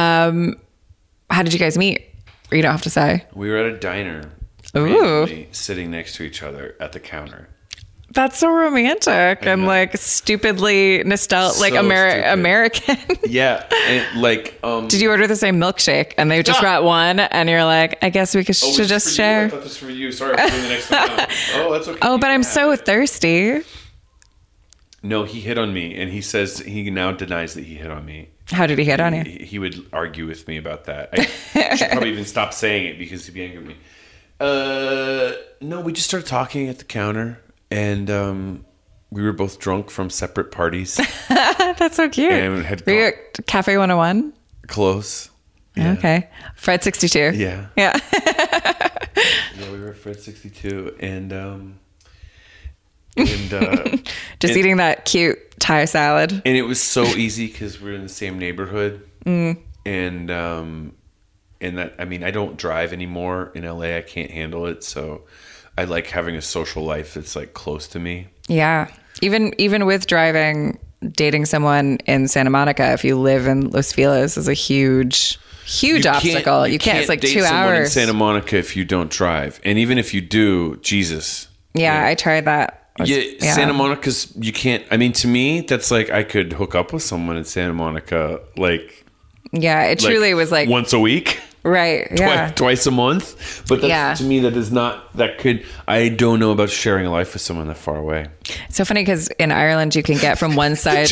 [SPEAKER 3] How did you guys meet? You don't have to say.
[SPEAKER 4] We were at a diner,
[SPEAKER 3] Ooh.
[SPEAKER 4] randomly sitting next to each other at the counter.
[SPEAKER 3] That's so romantic and like stupidly nostalgic, like
[SPEAKER 4] So
[SPEAKER 3] Ameri-
[SPEAKER 4] stupid.
[SPEAKER 3] American.
[SPEAKER 4] Yeah, and like um,
[SPEAKER 3] Did you order the same milkshake and they just brought one and you're like, I guess we could,
[SPEAKER 4] Ah. Oh,
[SPEAKER 3] should
[SPEAKER 4] this
[SPEAKER 3] just
[SPEAKER 4] is for you.
[SPEAKER 3] share.
[SPEAKER 4] I thought this was for you. Sorry, I'm doing the next one. now. Oh, that's okay.
[SPEAKER 3] Oh, but
[SPEAKER 4] You
[SPEAKER 3] I'm
[SPEAKER 4] can have
[SPEAKER 3] so
[SPEAKER 4] it.
[SPEAKER 3] thirsty.
[SPEAKER 4] No, he hit on me, and he says he now denies that he hit on me.
[SPEAKER 3] How did he hit on you?
[SPEAKER 4] He, he would argue with me about that. I should probably even stop saying it because he'd be angry at me. Uh, no, we just started talking at the counter, and um, we were both drunk from separate parties.
[SPEAKER 3] That's so cute.
[SPEAKER 4] And had
[SPEAKER 3] Were you at Cafe 101?
[SPEAKER 4] Close.
[SPEAKER 3] Okay. Fred 62.
[SPEAKER 4] Yeah.
[SPEAKER 3] Yeah.
[SPEAKER 4] Yeah, we were at Fred 62, and um, and uh,
[SPEAKER 3] just
[SPEAKER 4] And-
[SPEAKER 3] eating that cute Thai salad.
[SPEAKER 4] and it was so easy because we're in the same neighborhood
[SPEAKER 3] Mm.
[SPEAKER 4] and um and that i mean i don't drive anymore in la i can't handle it so i like having a social life that's like close to me
[SPEAKER 3] Yeah. Even even with driving, dating someone in Santa Monica, if you live in Los Feliz, is a huge, huge obstacle. you, can't, It's like
[SPEAKER 4] date
[SPEAKER 3] two
[SPEAKER 4] someone in
[SPEAKER 3] hours.
[SPEAKER 4] santa monica if you don't drive and even if you do jesus
[SPEAKER 3] yeah, I tried that. I was-
[SPEAKER 4] yeah, Santa Monica's you can't I mean to me that's like I could hook up with someone in Santa Monica like
[SPEAKER 3] Yeah, it
[SPEAKER 4] like
[SPEAKER 3] truly was like
[SPEAKER 4] once a week.
[SPEAKER 3] right.
[SPEAKER 4] twi-
[SPEAKER 3] Yeah,
[SPEAKER 4] twice a month. But that's,
[SPEAKER 3] Yeah.
[SPEAKER 4] to me, that is not that could. I don't know about sharing a life with someone that far away.
[SPEAKER 3] it's so funny because in Ireland you can get from one side.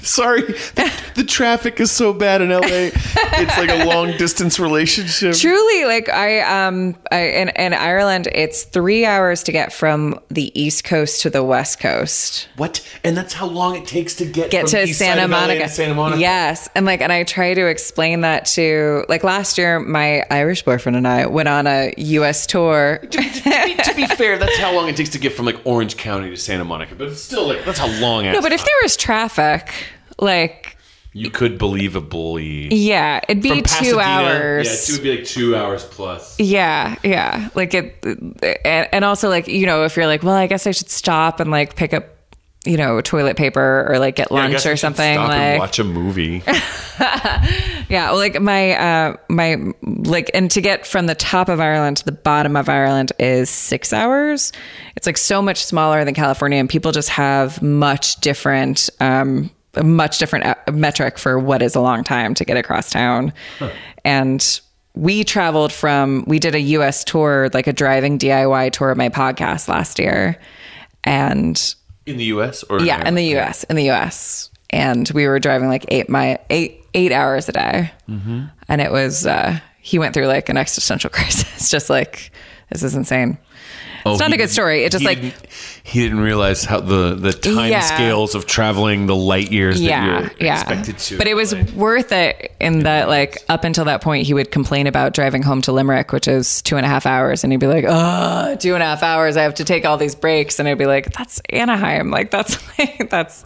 [SPEAKER 4] Sorry, the, the traffic is so bad in LA. It's like a long distance relationship.
[SPEAKER 3] truly, like I um, I in in Ireland, it's three hours to get from the east coast to the west coast.
[SPEAKER 4] What? And that's how long it takes to get
[SPEAKER 3] get
[SPEAKER 4] from
[SPEAKER 3] to
[SPEAKER 4] east
[SPEAKER 3] Santa
[SPEAKER 4] side of LA
[SPEAKER 3] Monica.
[SPEAKER 4] to Santa Monica.
[SPEAKER 3] Yes. And like, and I try to explain that to, like, last year, my Irish boyfriend and I went on a US tour.
[SPEAKER 4] to be fair, that's how long it takes to get from like Orange County to Santa Monica. But it's still like that's how long.
[SPEAKER 3] No, but if there was traffic, like,
[SPEAKER 4] you could believably
[SPEAKER 3] yeah, it'd be two hours.
[SPEAKER 4] yeah, it would be like two hours plus.
[SPEAKER 3] Yeah, yeah. Like it, and, and also like you know, if you're like, well, I guess I should stop and like pick up you know, toilet paper or like get
[SPEAKER 9] I
[SPEAKER 3] lunch
[SPEAKER 9] guess we
[SPEAKER 3] or
[SPEAKER 9] should
[SPEAKER 3] something.
[SPEAKER 9] Stop and
[SPEAKER 3] Like,
[SPEAKER 9] watch a movie.
[SPEAKER 3] yeah, well, like my uh, my like, and to get from the top of Ireland to the bottom of Ireland is six hours. It's like so much smaller than California, and people just have much different. Um, a much different uh, metric for what is a long time to get across town. And we traveled from, we did a US tour, like a driving DIY tour of my podcast last year. And
[SPEAKER 9] In the U.S. or
[SPEAKER 3] yeah, in the U.S. In the U.S. And we were driving like eight my eight eight hours a day,
[SPEAKER 9] Mm-hmm.
[SPEAKER 3] and it was uh, he went through like an existential crisis. Just like this is insane. it's not a good story. It just
[SPEAKER 9] Oh, he
[SPEAKER 3] like
[SPEAKER 9] didn't, he didn't realize how the the time
[SPEAKER 3] Yeah.
[SPEAKER 9] scales of traveling the light years
[SPEAKER 3] yeah,
[SPEAKER 9] that you're
[SPEAKER 3] yeah.
[SPEAKER 9] expected to.
[SPEAKER 3] But it was worth it in that like up until that point he would complain about driving home to Limerick, which is two and a half hours, and he'd be like, "Oh, two and a half hours. I have to take all these breaks," and I'd be like, "That's Anaheim. Like that's like that's."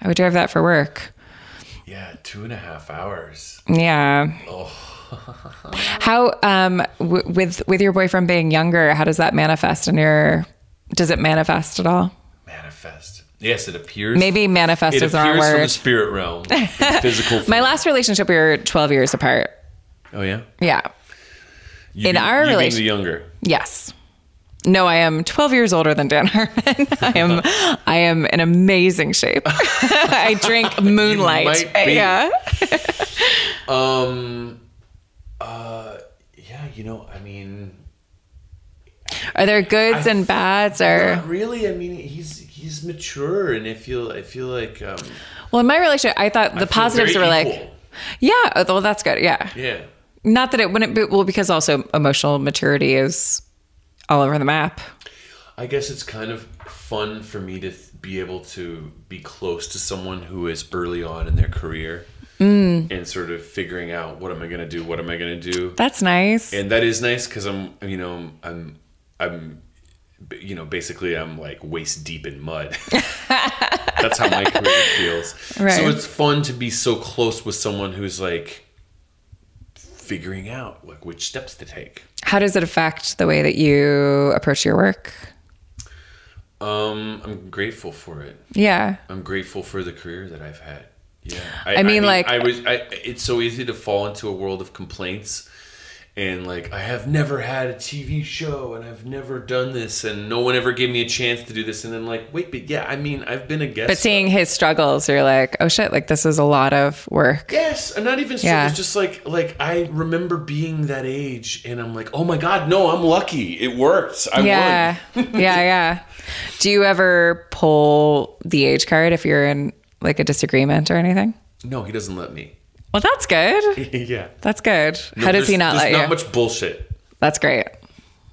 [SPEAKER 3] I would drive that for work.
[SPEAKER 4] Yeah, two and a half hours.
[SPEAKER 3] Yeah. how um w- with with your boyfriend being younger, how does that manifest in your does it manifest at all?
[SPEAKER 4] Manifest. Yes, it appears.
[SPEAKER 3] Maybe manifest
[SPEAKER 4] it
[SPEAKER 3] is the wrong
[SPEAKER 4] appears from the
[SPEAKER 3] word.
[SPEAKER 4] spirit realm, the physical.
[SPEAKER 3] My last relationship we were 12 years apart.
[SPEAKER 4] Oh yeah.
[SPEAKER 3] Yeah.
[SPEAKER 4] You
[SPEAKER 3] In
[SPEAKER 4] mean-
[SPEAKER 3] our
[SPEAKER 4] you mean
[SPEAKER 3] relation-
[SPEAKER 4] the younger.
[SPEAKER 3] Yes. No, I am 12 years older than Dan Harmon. I am I am in amazing shape. I drink moonlight.
[SPEAKER 4] might be.
[SPEAKER 3] Yeah.
[SPEAKER 4] Um, uh, Yeah, you know, I mean,
[SPEAKER 3] Are there goods and bads or
[SPEAKER 4] not really. I mean, he's he's mature, and I feel I feel like um,
[SPEAKER 3] Well, in my relationship, I thought the
[SPEAKER 4] I feel
[SPEAKER 3] positives were
[SPEAKER 4] very
[SPEAKER 3] like
[SPEAKER 4] equal.
[SPEAKER 3] Yeah, uh, well that's good. Yeah.
[SPEAKER 4] yeah.
[SPEAKER 3] Not that it wouldn't be well, because also emotional maturity is all over the map.
[SPEAKER 4] I guess it's kind of fun for me to th- be able to be close to someone who is early on in their career and sort of figuring out what am I going to do, what am I going to do,
[SPEAKER 3] That's nice.
[SPEAKER 4] and that is nice because I'm you know I'm I'm b- you know basically I'm like waist deep in mud. That's how my career feels.
[SPEAKER 3] Right.
[SPEAKER 4] So it's fun to be so close with someone who's like figuring out like which steps to take.
[SPEAKER 3] How does it affect the way that you approach your work?
[SPEAKER 4] Um, I'm grateful for it.
[SPEAKER 3] Yeah.
[SPEAKER 4] I'm grateful for the career that I've had. Yeah, I,
[SPEAKER 3] mean, like-
[SPEAKER 4] I was. I, it's so easy to fall into a world of complaints, and like I have never had a TV show, and I've never done this, and no one ever gave me a chance to do this, and then like, wait, but yeah, I mean, I've been a guest.
[SPEAKER 3] But seeing his struggles, you're like, oh shit, like this is a lot of work.
[SPEAKER 4] Yes, and not even so.
[SPEAKER 3] Yeah.
[SPEAKER 4] It's just like like I remember being that age, and I'm like, oh my god, no, I'm lucky. It worked. I
[SPEAKER 3] yeah.
[SPEAKER 4] won.
[SPEAKER 3] yeah, yeah. Do you ever pull the age card if you're in like a disagreement or anything?
[SPEAKER 4] No, he doesn't let me.
[SPEAKER 3] Well, that's good.
[SPEAKER 4] yeah.
[SPEAKER 3] That's good.
[SPEAKER 4] No,
[SPEAKER 3] How does he
[SPEAKER 4] there's-
[SPEAKER 3] not let
[SPEAKER 4] there's
[SPEAKER 3] you?
[SPEAKER 4] not much bullshit.
[SPEAKER 3] That's great.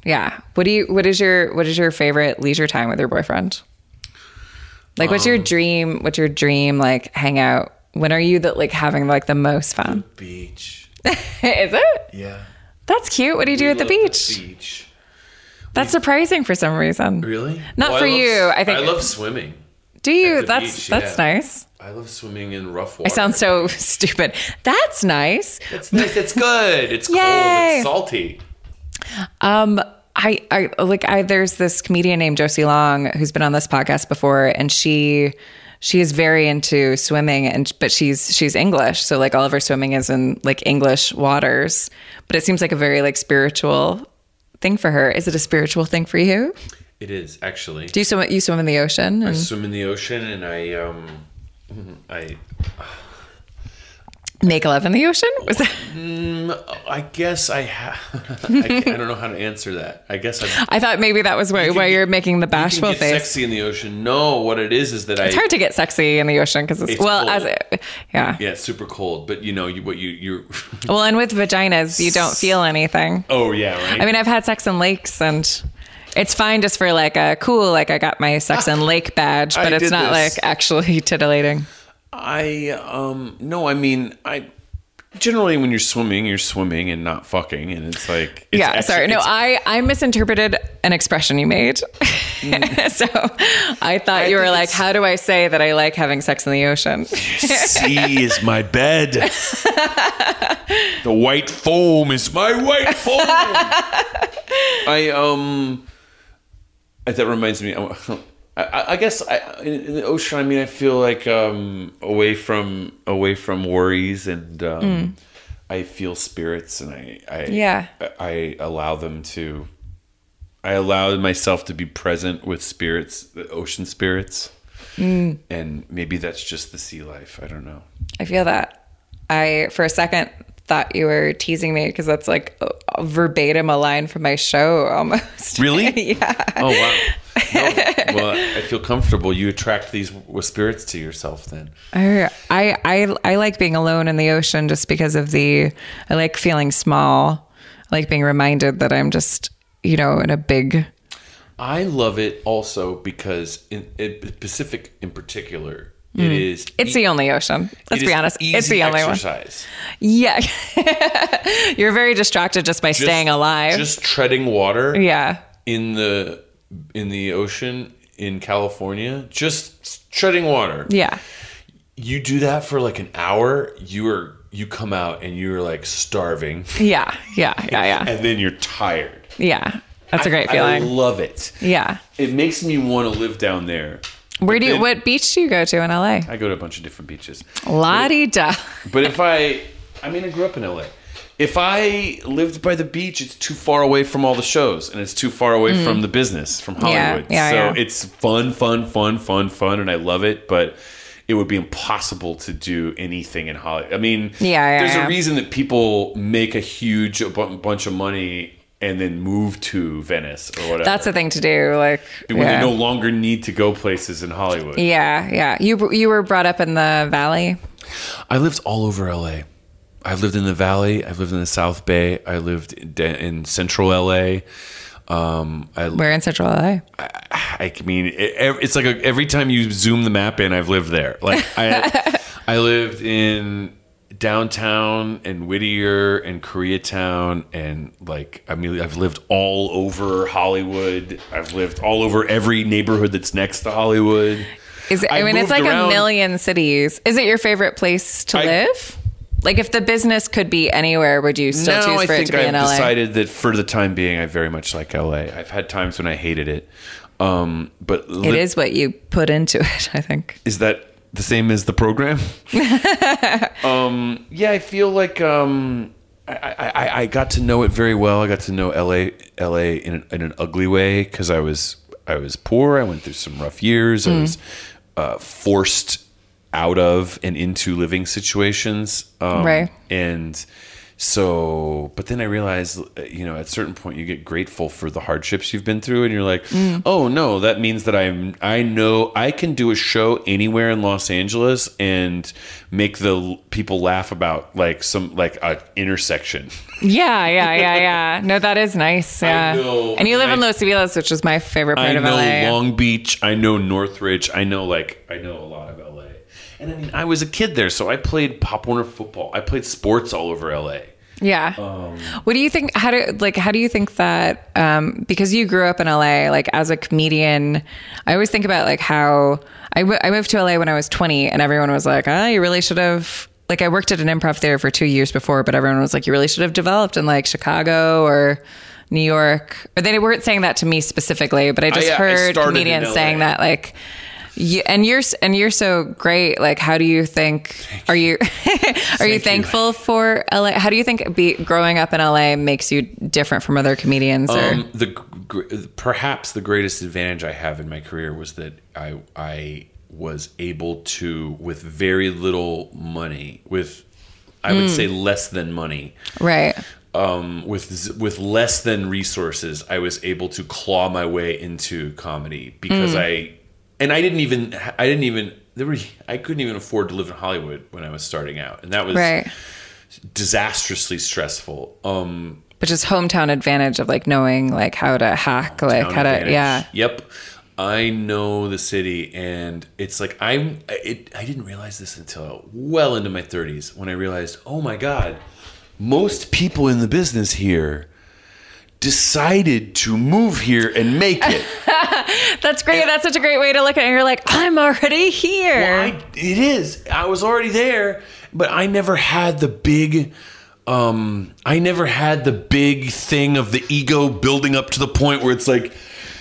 [SPEAKER 3] Yeah. What do you what is your what is your favorite leisure time with your boyfriend? Like what's
[SPEAKER 4] Um,
[SPEAKER 3] your dream what's your dream like hangout? When are you that like having like the most fun?
[SPEAKER 4] Beach.
[SPEAKER 3] is it?
[SPEAKER 4] Yeah.
[SPEAKER 3] That's cute. What do you do at the
[SPEAKER 4] Love
[SPEAKER 3] beach?
[SPEAKER 4] Beach.
[SPEAKER 3] That's surprising for some reason.
[SPEAKER 4] Really?
[SPEAKER 3] Not
[SPEAKER 4] Well,
[SPEAKER 3] for
[SPEAKER 4] love-
[SPEAKER 3] you, I think-
[SPEAKER 4] I love swimming.
[SPEAKER 3] Do you?
[SPEAKER 4] At the
[SPEAKER 3] That's
[SPEAKER 4] beach,
[SPEAKER 3] that's
[SPEAKER 4] yeah.
[SPEAKER 3] nice.
[SPEAKER 4] I love swimming in rough
[SPEAKER 3] I
[SPEAKER 4] water.
[SPEAKER 3] sound so stupid. That's nice.
[SPEAKER 4] It's nice. It's good. It's cold.
[SPEAKER 3] Yay.
[SPEAKER 4] It's salty.
[SPEAKER 3] Um, I, I like I there's this comedian named Josie Long who's been on this podcast before, and she she is very into swimming, and but she's she's English, so like all of her swimming is in like English waters. But it seems like a very like spiritual thing for her. Is it a spiritual thing for you?
[SPEAKER 4] It is actually.
[SPEAKER 3] Do you swim? You swim in the ocean?
[SPEAKER 4] I
[SPEAKER 3] And,
[SPEAKER 4] swim in the ocean and I um I
[SPEAKER 3] make love in the ocean? Was that,
[SPEAKER 4] I guess I ha- I, I don't know how to answer that. I guess I'm
[SPEAKER 3] I thought maybe that was why, why
[SPEAKER 4] get-
[SPEAKER 3] you're making the
[SPEAKER 4] you can
[SPEAKER 3] bashful
[SPEAKER 4] get
[SPEAKER 3] face.
[SPEAKER 4] sexy in the ocean. No, what it is is that I
[SPEAKER 3] It's hard to get sexy in the ocean because it's,
[SPEAKER 4] It's
[SPEAKER 3] well
[SPEAKER 4] cold.
[SPEAKER 3] as it, yeah.
[SPEAKER 4] yeah, it's super cold, but you know you what you you
[SPEAKER 3] Well, and with vaginas, you don't feel anything.
[SPEAKER 4] Oh yeah, right.
[SPEAKER 3] I mean, I've had sex in lakes, and it's fine just for like a cool, like I got my sex in lake badge, but
[SPEAKER 4] I
[SPEAKER 3] it's
[SPEAKER 4] did
[SPEAKER 3] not
[SPEAKER 4] this.
[SPEAKER 3] like actually titillating.
[SPEAKER 4] I um no, I mean I generally when you're swimming, you're swimming and not fucking, and it's like it's
[SPEAKER 3] yeah,
[SPEAKER 4] actually-
[SPEAKER 3] sorry. No,
[SPEAKER 4] it's-
[SPEAKER 3] I I misinterpreted an expression you made, so I thought you were
[SPEAKER 4] Mm. think
[SPEAKER 3] like,
[SPEAKER 4] it's-
[SPEAKER 3] how do I say that I like having sex in the ocean?
[SPEAKER 9] sea is my bed. the white foam is my white foam.
[SPEAKER 4] I um. That reminds me. I, I- I, I guess I, in, in the ocean. I mean, I feel like um, away from away from worries, and um, I feel spirits, and I, I
[SPEAKER 3] Yeah.
[SPEAKER 4] I, I allow them to. I allow myself to be present with spirits, the ocean spirits, and maybe that's just the sea life. I don't know.
[SPEAKER 3] I feel that. I, for a second, thought you were teasing me because that's like a- a verbatim a line from my show almost.
[SPEAKER 4] Really?
[SPEAKER 3] yeah.
[SPEAKER 4] Oh wow. No, well, I feel comfortable. You attract these w- spirits to yourself, then.
[SPEAKER 3] I, I, I, I like being alone in the ocean just because of the, I like feeling small. I like being reminded that I'm just, you know, in a big,
[SPEAKER 4] I love it also because in, in Pacific, in particular, it is.
[SPEAKER 3] Mm.
[SPEAKER 4] e-,
[SPEAKER 3] it's the only ocean. Let's be honest. It's the only one.
[SPEAKER 4] exercise.
[SPEAKER 3] Yeah. You're very distracted just by staying alive.
[SPEAKER 4] Just treading water
[SPEAKER 3] yeah.
[SPEAKER 4] in the in the ocean in California. Just treading water.
[SPEAKER 3] Yeah.
[SPEAKER 4] You do that for like an hour. You are you come out and you're like starving,
[SPEAKER 3] Yeah. Yeah. Yeah. Yeah.
[SPEAKER 4] and then you're tired.
[SPEAKER 3] Yeah. That's a great
[SPEAKER 4] I
[SPEAKER 3] feeling.
[SPEAKER 4] love it.
[SPEAKER 3] yeah.
[SPEAKER 4] It makes me want to live down there.
[SPEAKER 3] Where do you, what beach do you go to in LA?
[SPEAKER 4] I go to a bunch of different beaches.
[SPEAKER 3] La di da.
[SPEAKER 4] But if I, I mean, I grew up in LA. If I lived by the beach, it's too far away from all the shows, and it's too far away from the business, from Hollywood.
[SPEAKER 3] Mm. yeah,
[SPEAKER 4] so
[SPEAKER 3] yeah.
[SPEAKER 4] it's fun, fun, fun, fun, fun, and I love it. But it would be impossible to do anything in Hollywood. I mean,
[SPEAKER 3] Yeah, yeah,
[SPEAKER 4] there's
[SPEAKER 3] yeah.
[SPEAKER 4] a reason that people make a huge bu- bunch of money and then move to Venice or whatever.
[SPEAKER 3] That's a thing to do. Like,
[SPEAKER 4] when
[SPEAKER 3] yeah.
[SPEAKER 4] they no longer need to go places in Hollywood.
[SPEAKER 3] yeah. Yeah. You, you were brought up in the valley.
[SPEAKER 4] I lived all over LA. I've lived in the Valley. I've lived in the South Bay. I lived in, in Central LA. Um, I,
[SPEAKER 3] We're in central LA.
[SPEAKER 4] I mean, it, it's like a, every time you zoom the map in, I've lived there. Like I, I lived in downtown and Whittier and Koreatown and like I mean, I've lived all over Hollywood. I've lived all over every neighborhood that's next to Hollywood.
[SPEAKER 3] Is it, I,
[SPEAKER 4] I
[SPEAKER 3] mean, it's
[SPEAKER 4] moved
[SPEAKER 3] like a
[SPEAKER 4] around.
[SPEAKER 3] million cities. Is it your favorite place to
[SPEAKER 4] I-
[SPEAKER 3] live? Like, if the business could be anywhere, would you still
[SPEAKER 4] now
[SPEAKER 3] choose
[SPEAKER 4] I
[SPEAKER 3] for it
[SPEAKER 4] think
[SPEAKER 3] to be
[SPEAKER 4] I've
[SPEAKER 3] in LA?
[SPEAKER 4] decided that for the time being, I very much like LA. I've had times when I hated it, um, but
[SPEAKER 3] it is what you put into it, I think.
[SPEAKER 4] Is that the same as the program? um, yeah, I feel like um, I, I, I- I got to know it very well. I got to know LA LA in an, in an ugly way because I was I was poor. I went through some rough years.
[SPEAKER 3] Hmm.
[SPEAKER 4] I was uh, forced out of and into living situations. Um,
[SPEAKER 3] Right.
[SPEAKER 4] and so but then i realized uh, you know at a certain point you get grateful for the hardships you've been through and you're like oh no that means that i'm i know i can do a show anywhere in los angeles and make the l- people laugh about like some like a intersection
[SPEAKER 3] Yeah, yeah, yeah, yeah. No, that is nice. Yeah.
[SPEAKER 4] know,
[SPEAKER 3] and you live in
[SPEAKER 4] I-
[SPEAKER 3] Los Feliz, which is my favorite part
[SPEAKER 4] i
[SPEAKER 3] of
[SPEAKER 4] know
[SPEAKER 3] LA.
[SPEAKER 4] long beach i know northridge i know like i know a lot of la and i mean i was a kid there so i played pop warner football i played sports all over la
[SPEAKER 3] yeah.
[SPEAKER 4] Um,
[SPEAKER 3] what do you think? How do like? How do you think that? Um, because you grew up in LA, like as a comedian, I always think about like how I, w- I moved to LA when I was 20, and everyone was like, "Ah, you really should have." Like I worked at an improv theater for two years before, but everyone was like, "You really should have developed in like Chicago or." New York, or they weren't saying that to me specifically, but I just
[SPEAKER 4] I- I
[SPEAKER 3] heard
[SPEAKER 4] started in
[SPEAKER 3] comedians
[SPEAKER 4] LA.
[SPEAKER 3] saying that, like, you, and you're s- and you're so great. Like, how do you think? Are you are you thankful for LA? How do you think be, growing up in LA makes you different from other comedians? Or
[SPEAKER 4] Um, the gr- gr- perhaps the greatest advantage I have in my career was that I I was able to with very little money with I would say less than money
[SPEAKER 3] right?
[SPEAKER 4] um, with z- with less than resources, I was able to claw my way into comedy because I and I didn't even I didn't even there were I couldn't even afford to live in Hollywood when I was starting out, and that was
[SPEAKER 3] Right.
[SPEAKER 4] disastrously stressful. Um,
[SPEAKER 3] Which is hometown advantage of like knowing like how to hack, like how
[SPEAKER 4] town
[SPEAKER 3] to
[SPEAKER 4] advantage.
[SPEAKER 3] yeah.
[SPEAKER 4] Yep. I know the city, and it's like I'm. It, I didn't realize this until well into my 30s when I realized, oh my god, most people in the business here decided to move here and make it.
[SPEAKER 3] That's great. That's such a great way to look at it. You're like, I'm already here.
[SPEAKER 4] Well, I, it is. I was already there, but I never had the big. Um, I never had the big thing of the ego building up to the point where it's like,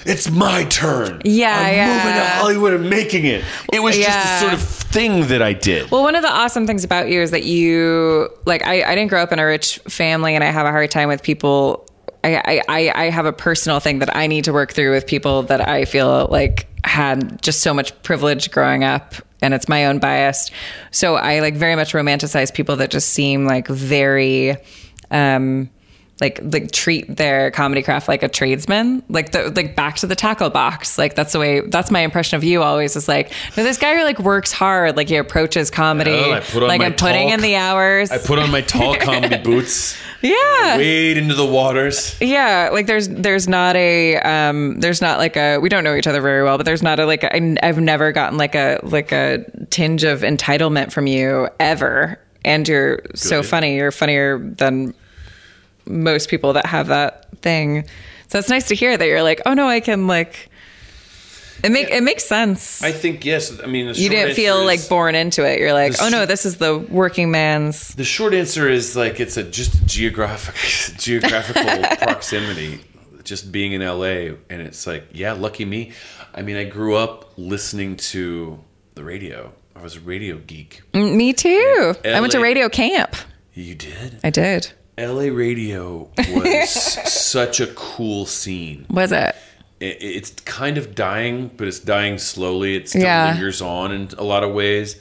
[SPEAKER 10] it's my turn.
[SPEAKER 3] Yeah,
[SPEAKER 10] I'm
[SPEAKER 3] yeah.
[SPEAKER 10] moving to Hollywood and making it. It was
[SPEAKER 3] Yeah.
[SPEAKER 10] just a sort of thing that I did.
[SPEAKER 3] Well, one of the awesome things about you is that you like I, I didn't grow up in a rich family, and I have a hard time with people. I, I- I I have a personal thing that I need to work through with people that I feel like had just so much privilege growing up, and it's my own bias. So I like very much romanticize people that just seem like very. Um, like like treat their comedy craft like a tradesman like the like back to the tackle box like that's the way that's my impression of you always is like no this guy who like works hard like he approaches comedy
[SPEAKER 10] Oh, I put on
[SPEAKER 3] like
[SPEAKER 10] my
[SPEAKER 3] i'm putting
[SPEAKER 10] talk.
[SPEAKER 3] in the hours
[SPEAKER 10] I put on my tall comedy boots,
[SPEAKER 3] yeah
[SPEAKER 10] wade into the waters.
[SPEAKER 3] yeah like there's there's not a um there's not like a we don't know each other very well but there's not a like i n- i've never gotten like a like a tinge of entitlement from you ever and you're so funny you're funnier than most people that have that thing so it's nice to hear that you're like oh no i can like it make it makes sense
[SPEAKER 4] I think yes. I mean, the
[SPEAKER 3] you
[SPEAKER 4] short
[SPEAKER 3] didn't
[SPEAKER 4] answer
[SPEAKER 3] feel
[SPEAKER 4] is-
[SPEAKER 3] like born into it you're like oh no this is the working man's
[SPEAKER 4] The short answer is like it's a just geographic geographical proximity. Just being in LA, and it's like, yeah, lucky me. I mean, I grew up listening to the radio. I was a radio geek.
[SPEAKER 3] Mm, me too i went to
[SPEAKER 4] LA.
[SPEAKER 3] radio camp
[SPEAKER 4] You did.
[SPEAKER 3] i did
[SPEAKER 4] LA radio was such a cool scene.
[SPEAKER 3] was it
[SPEAKER 4] It, it's kind of dying, but it's dying slowly. It still
[SPEAKER 3] Yeah.
[SPEAKER 4] lingers on in a lot of ways.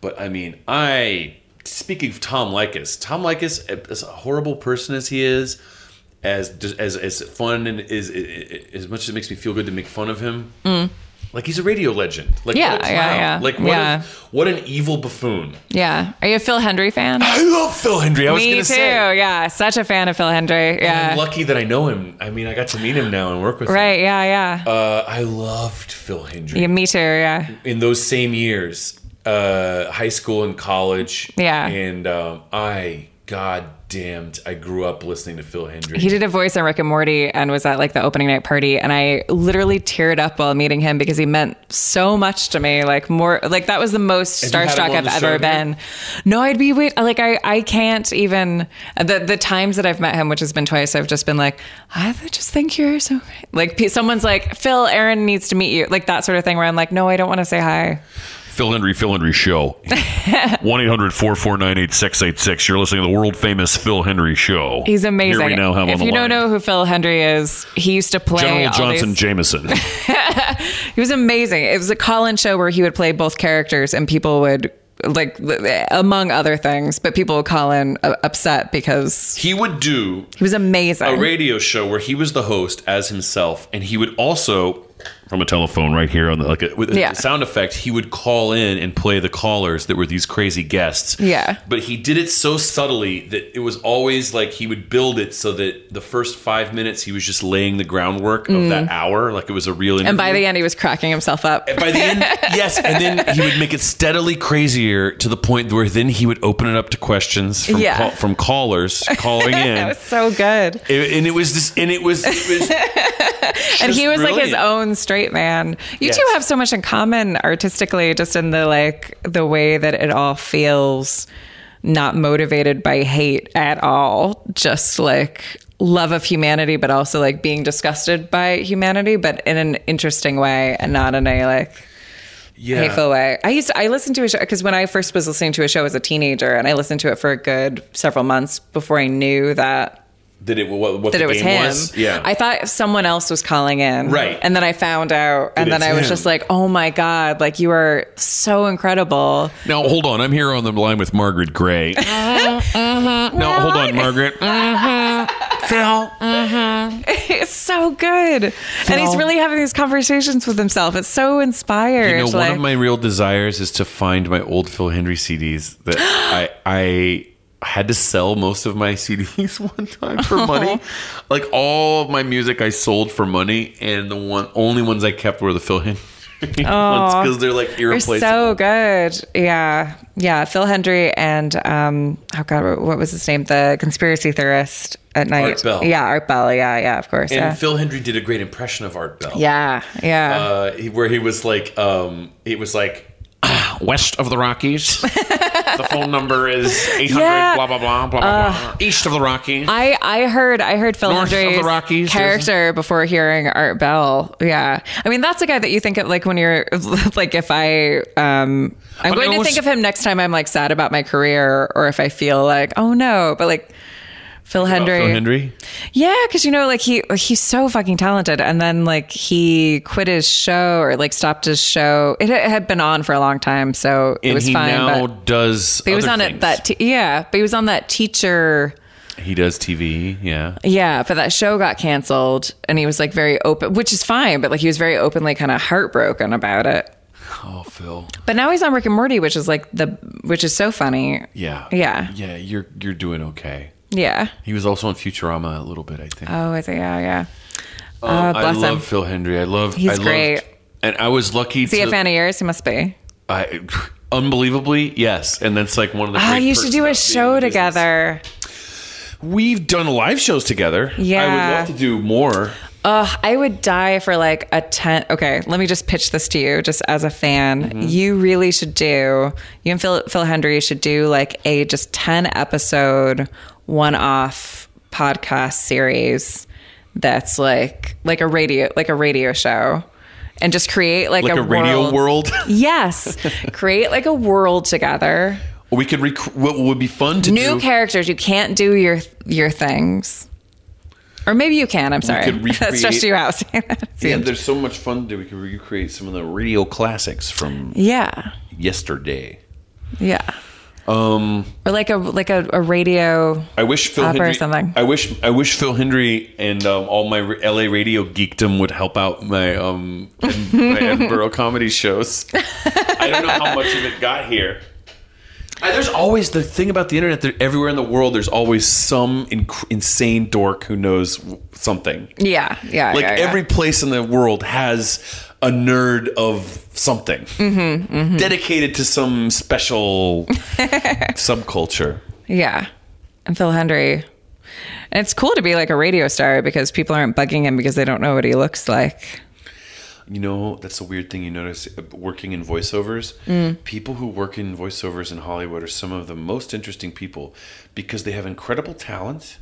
[SPEAKER 4] But I mean, I speaking of Tom Likas, Tom Likas, as a horrible person as he is, as as as fun and is as much as it makes me feel good to make fun of him. Like he's a radio legend. Like
[SPEAKER 3] Mm. Yeah,
[SPEAKER 4] what a clown.
[SPEAKER 3] yeah, yeah.
[SPEAKER 4] Like what, a-
[SPEAKER 3] Yeah.
[SPEAKER 4] what an evil buffoon.
[SPEAKER 3] Yeah. Are you a Phil Hendry fan?
[SPEAKER 10] I love Phil Hendry. I was
[SPEAKER 3] Me
[SPEAKER 10] going
[SPEAKER 3] too.
[SPEAKER 10] to say.
[SPEAKER 3] Yeah. Such a fan of Phil Hendry.
[SPEAKER 4] I'm
[SPEAKER 3] Yeah.
[SPEAKER 4] lucky that I know him. I mean, I got to meet him now and work with him.
[SPEAKER 3] Right. Yeah. Yeah.
[SPEAKER 4] Uh, I loved Phil Hendry
[SPEAKER 3] yeah. Me too. Yeah.
[SPEAKER 4] in those same years, uh, high school and college.
[SPEAKER 3] Yeah.
[SPEAKER 4] And um, I, god damned, I grew up listening to Phil Hendry.
[SPEAKER 3] He did a voice on Rick and Morty and was at like the opening night party. And I literally teared up while meeting him because he meant so much to me. Like, more, like, that was the most
[SPEAKER 4] Have you had him
[SPEAKER 3] starstruck
[SPEAKER 4] on
[SPEAKER 3] I've
[SPEAKER 4] the
[SPEAKER 3] ever
[SPEAKER 4] show here?
[SPEAKER 3] been. No, I'd be, wait, like, I, I can't even, the, the times that I've met him, which has been twice, I've just been like, I just think you're so, great." like, pe- someone's like, Phil, Aaron needs to meet you. Like, that sort of thing where I'm like, no, I don't want to say hi.
[SPEAKER 9] Phil Hendry, Phil Hendry Show. 1 800 449 8686. You're listening to the world famous Phil Hendry Show.
[SPEAKER 3] He's amazing.
[SPEAKER 9] Here we now have
[SPEAKER 3] if
[SPEAKER 9] on the
[SPEAKER 3] you
[SPEAKER 9] line
[SPEAKER 3] don't know who Phil Hendry is, he used to play
[SPEAKER 9] General
[SPEAKER 3] all
[SPEAKER 9] Johnson
[SPEAKER 3] these-
[SPEAKER 9] Jameson.
[SPEAKER 3] he was amazing. It was a call-in show where he would play both characters, and people would like, among other things, but people would call in uh, upset because
[SPEAKER 4] He would do
[SPEAKER 3] he was amazing.
[SPEAKER 4] a radio show where he was the host as himself, and he would also
[SPEAKER 9] From a telephone right here on the. Like a,
[SPEAKER 4] with a
[SPEAKER 3] Yeah.
[SPEAKER 4] sound effect, he would call in and play the callers that were these crazy guests.
[SPEAKER 3] Yeah.
[SPEAKER 4] But he did it so subtly that it was always like he would build it so that the first five minutes he was just laying the groundwork of that hour, like it was a real interview.
[SPEAKER 3] Mm. and by the end, he was cracking himself up.
[SPEAKER 4] by the end, yes, and then he would make it steadily crazier to the point where then he would open it up to questions from
[SPEAKER 3] Yeah.
[SPEAKER 4] call, from callers calling in,
[SPEAKER 3] That was so good.
[SPEAKER 4] It- and it was this, and it was, it was
[SPEAKER 3] and he was like his
[SPEAKER 4] brilliant.
[SPEAKER 3] own straight man. You two
[SPEAKER 4] Yes.
[SPEAKER 3] have so much in common artistically, just in the like the way that it all feels, not motivated by hate at all, just like love of humanity, but also like being disgusted by humanity, but in an interesting way and not in a like
[SPEAKER 4] yeah.
[SPEAKER 3] hateful way. I used to, I listened to a show because when I first was listening to a show as a teenager, and I listened to it for a good several months before I knew that
[SPEAKER 4] That it what, what
[SPEAKER 3] that
[SPEAKER 4] the
[SPEAKER 3] it was
[SPEAKER 4] game
[SPEAKER 3] him.
[SPEAKER 4] was, yeah.
[SPEAKER 3] I thought someone else was calling in.
[SPEAKER 4] Right.
[SPEAKER 3] And then I found out, and then
[SPEAKER 4] it's
[SPEAKER 3] I was
[SPEAKER 4] him.
[SPEAKER 3] just like, oh my God, like you are so incredible.
[SPEAKER 9] now, hold on. I'm here on the line with Margaret Gray.
[SPEAKER 3] Uh-huh,
[SPEAKER 9] Now, hold on, Margaret.
[SPEAKER 3] It's so good. and he's really having these conversations with himself. It's so inspired.
[SPEAKER 4] You know, one
[SPEAKER 3] like-
[SPEAKER 4] of my real desires is to find my old Phil Hendry CDs that I I had to sell most of my CDs one time for money.
[SPEAKER 3] Oh.
[SPEAKER 4] like all of my music I sold for money, and the one only ones I kept were the Phil Hendry ones because they're like
[SPEAKER 3] They're
[SPEAKER 4] irreplaceable.
[SPEAKER 3] so good. Yeah. Yeah. Phil Hendry and, um, oh God, what- what was his name? The conspiracy theorist at night.
[SPEAKER 4] Bell.
[SPEAKER 3] Yeah. Art Bell. Yeah. Yeah. Of course.
[SPEAKER 4] and
[SPEAKER 3] yeah.
[SPEAKER 4] Phil Hendry did a great impression of Art Bell.
[SPEAKER 3] yeah. Yeah.
[SPEAKER 4] uh, he- where he was like, um, it was like, west of the Rockies. the phone number is 800
[SPEAKER 3] Yeah. Uh.
[SPEAKER 4] blah blah blah blah blah blah. East of the Rockies.
[SPEAKER 3] I, I heard I heard Phil
[SPEAKER 4] North of the
[SPEAKER 3] Andre's
[SPEAKER 4] Rockies,
[SPEAKER 3] character before hearing Art Bell. Yeah, I mean that's the guy that you think of like when you're like if I um I'm
[SPEAKER 4] I
[SPEAKER 3] going to
[SPEAKER 4] always-
[SPEAKER 3] think of him next time I'm like sad about my career or if I feel like oh no, but like Phil Hendry,
[SPEAKER 4] Phil Hendry.
[SPEAKER 3] yeah, because you know like he he's so fucking talented, and then like he quit his show or like stopped his show. It, had- had been on for a long time, so it
[SPEAKER 4] And
[SPEAKER 3] was
[SPEAKER 4] he
[SPEAKER 3] fine.
[SPEAKER 4] now
[SPEAKER 3] but,
[SPEAKER 4] does.
[SPEAKER 3] but he was
[SPEAKER 4] other
[SPEAKER 3] on
[SPEAKER 4] things.
[SPEAKER 3] it that t- yeah, but he was on that teacher.
[SPEAKER 4] he does TV. Yeah.
[SPEAKER 3] Yeah, but that show got canceled, and he was like very open, which is fine. But like he was very openly kind of heartbroken about it.
[SPEAKER 4] Oh, Phil.
[SPEAKER 3] But now he's on Rick and Morty, which is like the which is so funny.
[SPEAKER 4] Yeah.
[SPEAKER 3] Yeah.
[SPEAKER 4] Yeah. You're you're doing okay.
[SPEAKER 3] Yeah.
[SPEAKER 4] He was also on Futurama a little bit, I think.
[SPEAKER 3] Oh, is it? Yeah, yeah. Oh,
[SPEAKER 4] Um,
[SPEAKER 3] bless
[SPEAKER 4] I love
[SPEAKER 3] him.
[SPEAKER 4] Phil Hendry. I love.
[SPEAKER 3] He's
[SPEAKER 4] I loved-
[SPEAKER 3] great.
[SPEAKER 4] And I was lucky.
[SPEAKER 3] Is he
[SPEAKER 4] to,
[SPEAKER 3] a fan of yours? He must be.
[SPEAKER 4] I, unbelievably, yes. And that's like one of the.
[SPEAKER 3] Oh,
[SPEAKER 4] great
[SPEAKER 3] you should
[SPEAKER 4] perks
[SPEAKER 3] do
[SPEAKER 4] about being
[SPEAKER 3] a
[SPEAKER 4] in
[SPEAKER 3] show
[SPEAKER 4] business.
[SPEAKER 3] together.
[SPEAKER 4] We've done live shows together. I
[SPEAKER 3] Yeah.
[SPEAKER 4] would love to do more.
[SPEAKER 3] Ugh, I would die for like a ten. Okay, let me just pitch this to you, just as a fan.
[SPEAKER 4] Mm-hmm.
[SPEAKER 3] You really should do. You and Phil, Phil Hendry should do like a just ten episode one off podcast series that's like like a radio like a radio show, and just create like,
[SPEAKER 4] Like a, radio world.
[SPEAKER 3] Yes, create like a world together.
[SPEAKER 4] we could. Rec- what would be fun to
[SPEAKER 3] New
[SPEAKER 4] do?
[SPEAKER 3] characters. You can't do your your things. Or maybe you can. I'm sorry.
[SPEAKER 4] could
[SPEAKER 3] that stressed
[SPEAKER 4] recreate-
[SPEAKER 3] you out. saying that.
[SPEAKER 4] yeah, there's so much fun to do. We could recreate some of the radio classics from
[SPEAKER 3] yeah.
[SPEAKER 4] yesterday.
[SPEAKER 3] Yeah.
[SPEAKER 4] Um,
[SPEAKER 3] Or like a like a, a radio.
[SPEAKER 4] I wish Phil
[SPEAKER 3] Opera or
[SPEAKER 4] Hendry,
[SPEAKER 3] something.
[SPEAKER 4] I wish I wish Phil Hendry and um, all my r- LA radio geekdom would help out my um in- my Edinburgh comedy shows. I don't know how much of it got here. Uh, There's always the thing about the internet that everywhere in the world there's always some inc- insane dork who knows w- something.
[SPEAKER 3] Yeah, yeah.
[SPEAKER 4] Like
[SPEAKER 3] yeah, yeah.
[SPEAKER 4] every place in the world has a nerd of something
[SPEAKER 3] Mm-hmm,
[SPEAKER 4] dedicated to some special subculture.
[SPEAKER 3] yeah. And Phil Hendry. And it's cool to be like a radio star because people aren't bugging him because they don't know what he looks like.
[SPEAKER 4] You know, that's a weird thing you notice uh, working in voiceovers.
[SPEAKER 3] Mm.
[SPEAKER 4] People who work in voiceovers in Hollywood are some of the most interesting people because they have incredible talent.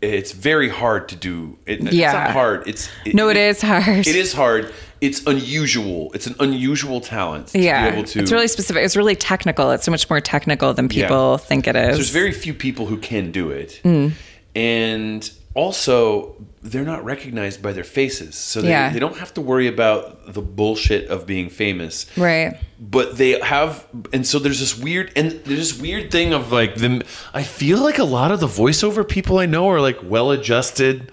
[SPEAKER 4] It's very hard to do. It, It's
[SPEAKER 3] Mm. Yeah.
[SPEAKER 4] not hard. It's
[SPEAKER 3] No, it is hard.
[SPEAKER 4] It is hard. It's unusual. It's an unusual talent. to be
[SPEAKER 3] Yeah.
[SPEAKER 4] able to-
[SPEAKER 3] it's really specific. It's really technical. It's so much more technical than people think it is.
[SPEAKER 4] There's very few people who can do it.
[SPEAKER 3] Mm.
[SPEAKER 4] And also, they're not recognized by their faces. So they,
[SPEAKER 3] Yeah.
[SPEAKER 4] they don't have to worry about the bullshit of being famous.
[SPEAKER 3] right.
[SPEAKER 4] But they have, and so there's this weird, and there's this weird thing of like them. I feel like a lot of the voiceover people I know are like well adjusted,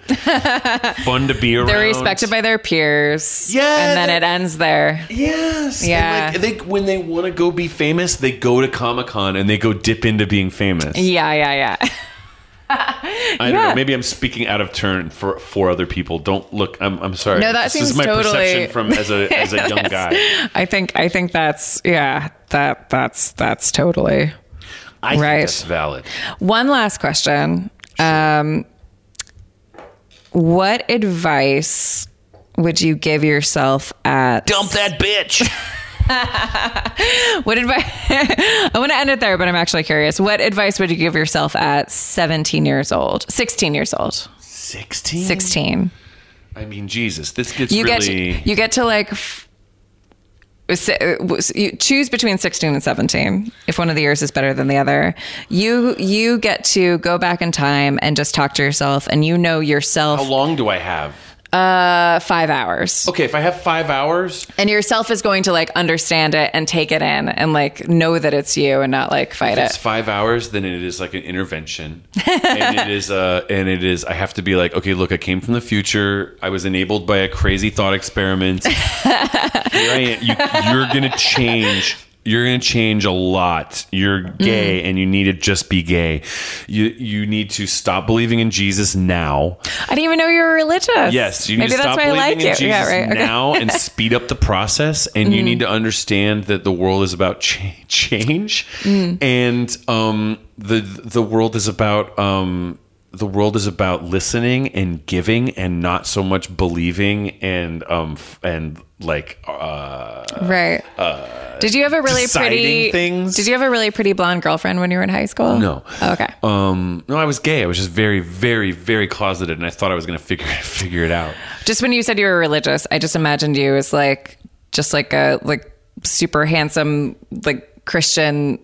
[SPEAKER 4] fun to be around.
[SPEAKER 3] They're respected by their peers.
[SPEAKER 4] Yeah,
[SPEAKER 3] And then
[SPEAKER 4] they-
[SPEAKER 3] it ends there.
[SPEAKER 4] Yes.
[SPEAKER 3] Yeah.
[SPEAKER 4] And like, they, when they want to go be famous, they go to Comic Con and they go dip into being famous.
[SPEAKER 3] Yeah, yeah, yeah.
[SPEAKER 4] I
[SPEAKER 3] Yeah.
[SPEAKER 4] don't know. Maybe I'm speaking out of turn for for other people. Don't look. I'm, I'm sorry.
[SPEAKER 3] No, that
[SPEAKER 4] this
[SPEAKER 3] seems
[SPEAKER 4] is my
[SPEAKER 3] totally-
[SPEAKER 4] perception from as a as a young guy.
[SPEAKER 3] I think I think that's yeah, that that's that's totally
[SPEAKER 4] I think
[SPEAKER 3] Right.
[SPEAKER 4] that's valid.
[SPEAKER 3] One last question. Um, what advice would you give yourself at
[SPEAKER 5] Dump that bitch.
[SPEAKER 3] what advice I want to end it there but I'm actually curious what advice would you give yourself at 17 years old 16 years old
[SPEAKER 4] Sixteen.
[SPEAKER 3] 16
[SPEAKER 4] I mean, Jesus, this gets
[SPEAKER 3] you get
[SPEAKER 4] really.
[SPEAKER 3] to, you get to like f- si- you choose between 16 and 17 if one of the years is better than the other you you get to go back in time and just talk to yourself and you know
[SPEAKER 4] how
[SPEAKER 3] yourself
[SPEAKER 4] long do I have?
[SPEAKER 3] uh five hours
[SPEAKER 4] Okay, if I have five hours,
[SPEAKER 3] and yourself is going to like understand it and take it in and like know that it's you and not like fight
[SPEAKER 4] if it's
[SPEAKER 3] it
[SPEAKER 4] five hours, then it is like an intervention, and it is uh, and it is. I have to be like, okay, look, I came from the future. I was enabled by a crazy thought experiment. Here I am. You, you're gonna change. You're gonna change a lot. You're gay, and you need to just be gay. You you need to stop believing in Jesus now.
[SPEAKER 3] i didn't even know you were religious
[SPEAKER 4] Yes, you need
[SPEAKER 3] maybe
[SPEAKER 4] to
[SPEAKER 3] that's
[SPEAKER 4] stop
[SPEAKER 3] why i
[SPEAKER 4] believing
[SPEAKER 3] like
[SPEAKER 4] in
[SPEAKER 3] you
[SPEAKER 4] Jesus
[SPEAKER 3] yeah right okay. Mm.
[SPEAKER 4] now and speed up the process. And you need to understand that the world is about change,
[SPEAKER 3] Mm.
[SPEAKER 4] change, and um, the the world is about um, the world is about listening and giving and not so much believing and um f- and like uh
[SPEAKER 3] right. did you have a really
[SPEAKER 4] deciding
[SPEAKER 3] pretty
[SPEAKER 4] things?
[SPEAKER 3] Did you have a really pretty blonde girlfriend when you were in high school?
[SPEAKER 4] no
[SPEAKER 3] Okay.
[SPEAKER 4] um no i was gay i was just very very very closeted and i thought i was gonna figure figure it out
[SPEAKER 3] Just when you said you were religious, I just imagined you as like just like a like super handsome like Christian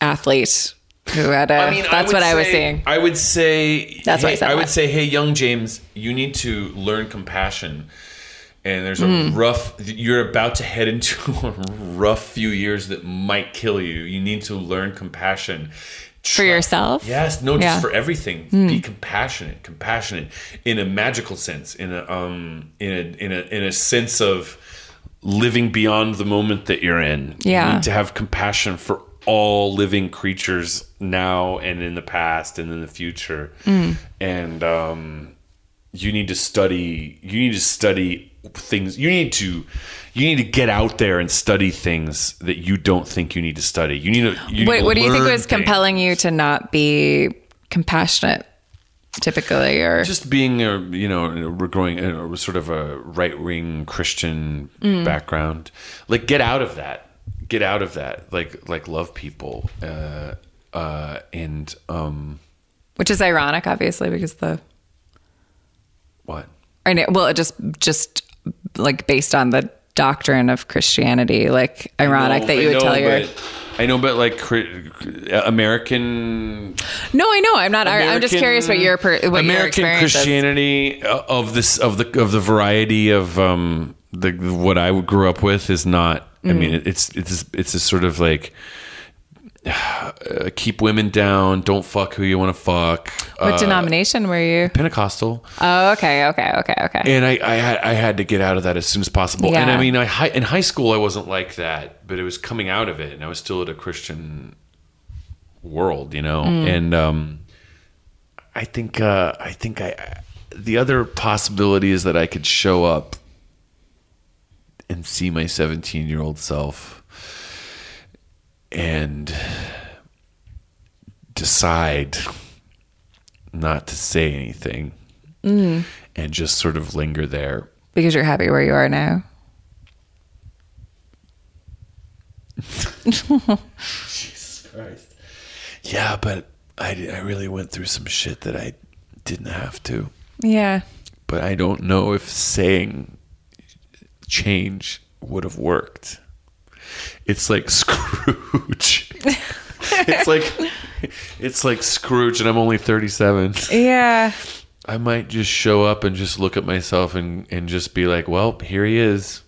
[SPEAKER 3] athlete who had a. that's
[SPEAKER 4] would
[SPEAKER 3] what I was
[SPEAKER 4] say-
[SPEAKER 3] seeing.
[SPEAKER 4] I would say
[SPEAKER 3] That's what
[SPEAKER 4] hey,
[SPEAKER 3] I said
[SPEAKER 4] would
[SPEAKER 3] that.
[SPEAKER 4] say, hey, young James, you need to learn compassion. And there's a
[SPEAKER 3] Mm.
[SPEAKER 4] rough. You're about to head into a rough few years that might kill you. You need to learn compassion.
[SPEAKER 3] For yourself?
[SPEAKER 4] Yes, no,
[SPEAKER 3] Yeah. Hmm.
[SPEAKER 4] just for everything. Be compassionate, compassionate in a magical sense, in a um, in a in a in a sense of living beyond the moment that you're in.
[SPEAKER 3] Yeah.
[SPEAKER 4] you need to have compassion for all living creatures now and in the past and in the future,
[SPEAKER 3] Hmm.
[SPEAKER 4] and um, you need to study. You need to study things. You need to. You need to get out there and study things that you don't think you need to study. You need to. You need
[SPEAKER 3] What,
[SPEAKER 4] to
[SPEAKER 3] what do you think
[SPEAKER 4] learn
[SPEAKER 3] was
[SPEAKER 4] things.
[SPEAKER 3] compelling you to not be compassionate typically or
[SPEAKER 4] just being a you know we're growing a sort of a right wing Christian background, like get out of that, get out of that, like like love people, uh, uh, and um,
[SPEAKER 3] which is ironic obviously because the
[SPEAKER 4] what?
[SPEAKER 3] I know, well it just just like based on the doctrine of Christianity like ironic
[SPEAKER 4] No,
[SPEAKER 3] that you
[SPEAKER 4] I
[SPEAKER 3] would
[SPEAKER 4] know,
[SPEAKER 3] tell your
[SPEAKER 4] but- I know, but like cri- American
[SPEAKER 3] No, I know. I'm not I'm just
[SPEAKER 4] American-
[SPEAKER 3] curious what your per, what your
[SPEAKER 4] American
[SPEAKER 3] experience is.
[SPEAKER 4] Christianity uh, of this of the of the variety of um the what I grew up with is not. I mean,
[SPEAKER 3] Mm.
[SPEAKER 4] it's it's it's a sort of like uh, keep women down, don't fuck who you want to fuck.
[SPEAKER 3] What
[SPEAKER 4] uh,
[SPEAKER 3] denomination were you?
[SPEAKER 4] Pentecostal,
[SPEAKER 3] Oh, okay, okay, okay, okay.
[SPEAKER 4] and I I had, I had to get out of that as soon as possible. And
[SPEAKER 3] Yeah.
[SPEAKER 4] I mean, I hi- in high school I wasn't like that, but it was coming out of it, and I was still at a Christian world, you know. And um, I think uh, I think I the other possibility is that I could show up and see my 17 year old self and decide not to say anything and just sort of linger there.
[SPEAKER 3] because you're happy where you are now.
[SPEAKER 4] Yeah, but I, I really went through some shit that I didn't have to.
[SPEAKER 3] Yeah.
[SPEAKER 4] But I don't know if saying change would have worked. It's like Scrooge. it's like it's like Scrooge and I'm only 37.
[SPEAKER 3] Yeah.
[SPEAKER 4] I might just show up and just look at myself and and just be like, "Well, here he is.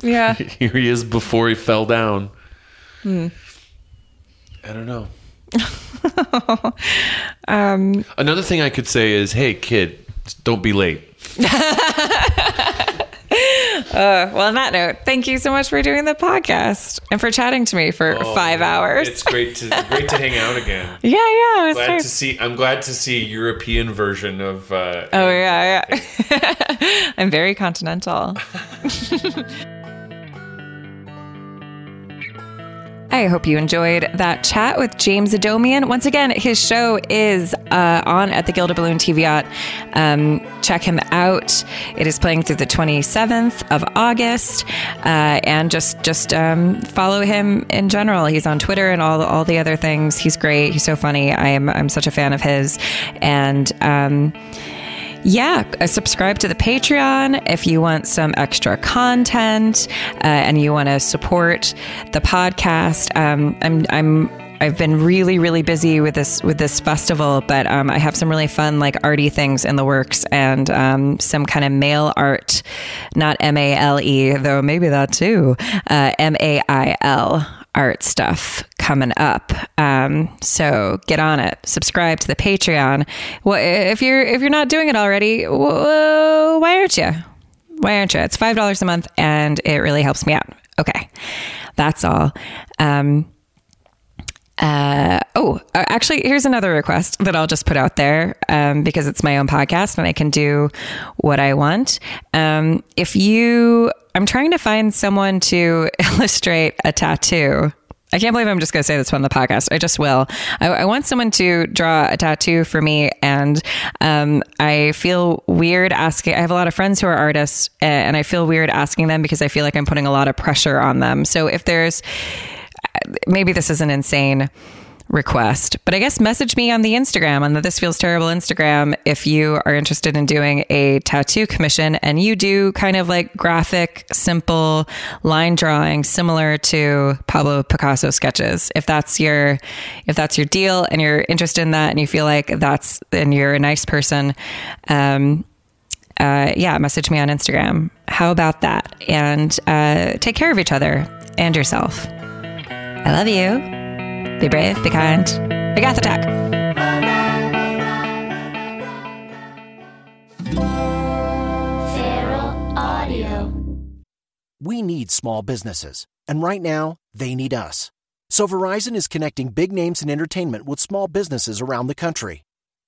[SPEAKER 3] Yeah.
[SPEAKER 4] Here he is before he fell down." I don't know. Another thing I could say is, "Hey, kid, don't be late."
[SPEAKER 3] Well, on that note, thank you so much for doing the podcast and for chatting to me for five hours.
[SPEAKER 4] Oh, It's great to great to hang out again.
[SPEAKER 3] yeah, yeah. It was
[SPEAKER 4] Glad
[SPEAKER 3] great.
[SPEAKER 4] to see. I'm glad to see a European version of. Uh,
[SPEAKER 3] oh, yeah, yeah. I'm very continental. I hope you enjoyed that chat with James Adomian. Once again, his show is uh, on at the Gilda Balloon TV Yacht. Um, check him out. It is playing through the 27th of August, uh, and just just um, follow him in general. He's on Twitter and all all the other things. He's great. He's so funny. I am I'm such a fan of his, and. Um, yeah, uh, subscribe to the Patreon if you want some extra content uh, and you want to support the podcast. Um, I'm I'm I've been really really busy with this with this festival, but um, I have some really fun like arty things in the works and um, some kind of mail art, not M A L E though maybe that too, uh, M A I L art stuff coming up. Um, so get on it. Subscribe to the Patreon. Well, if you're if you're not doing it already, wh- why aren't you? Why aren't you? It's five dollars a month, and it really helps me out. Okay, that's all. Um, uh, oh, uh, actually, here's another request that I'll just put out there um, because it's my own podcast and I can do what I want. Um, if you, I'm trying to find someone to illustrate a tattoo. I can't believe I'm just going to say this on the podcast. I just will. I, I want someone to draw a tattoo for me, and um, I feel weird asking. I have a lot of friends who are artists, a- and I feel weird asking them because I feel like I'm putting a lot of pressure on them. So if there's maybe this is an insane request, but I guess message me on the Instagram, on the This Feels Terrible Instagram, if you are interested in doing a tattoo commission and you do kind of like graphic, simple line drawing similar to Pablo Picasso sketches. If that's your if that's your deal and you're interested in that and you feel like that's and you're a nice person, um uh, yeah, message me on Instagram. How about that? And uh, take care of each other and yourself. I love you. Be brave, be kind, be Gath Attack.
[SPEAKER 2] Feral Audio.
[SPEAKER 11] We need small businesses, and right now, they need us. So Verizon is connecting big names in entertainment with small businesses around the country.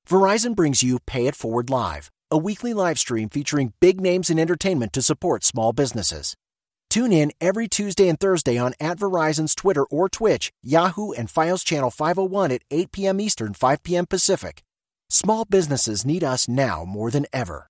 [SPEAKER 11] Verizon brings you Pay It Forward Live, a weekly live stream featuring big names in entertainment to support small businesses. Tune in every Tuesday and Thursday on at Verizon's Twitter or Twitch, Yahoo, and Fios Channel 501 at 8 p.m. Eastern, 5 p.m. Pacific. Small businesses need us now more than ever.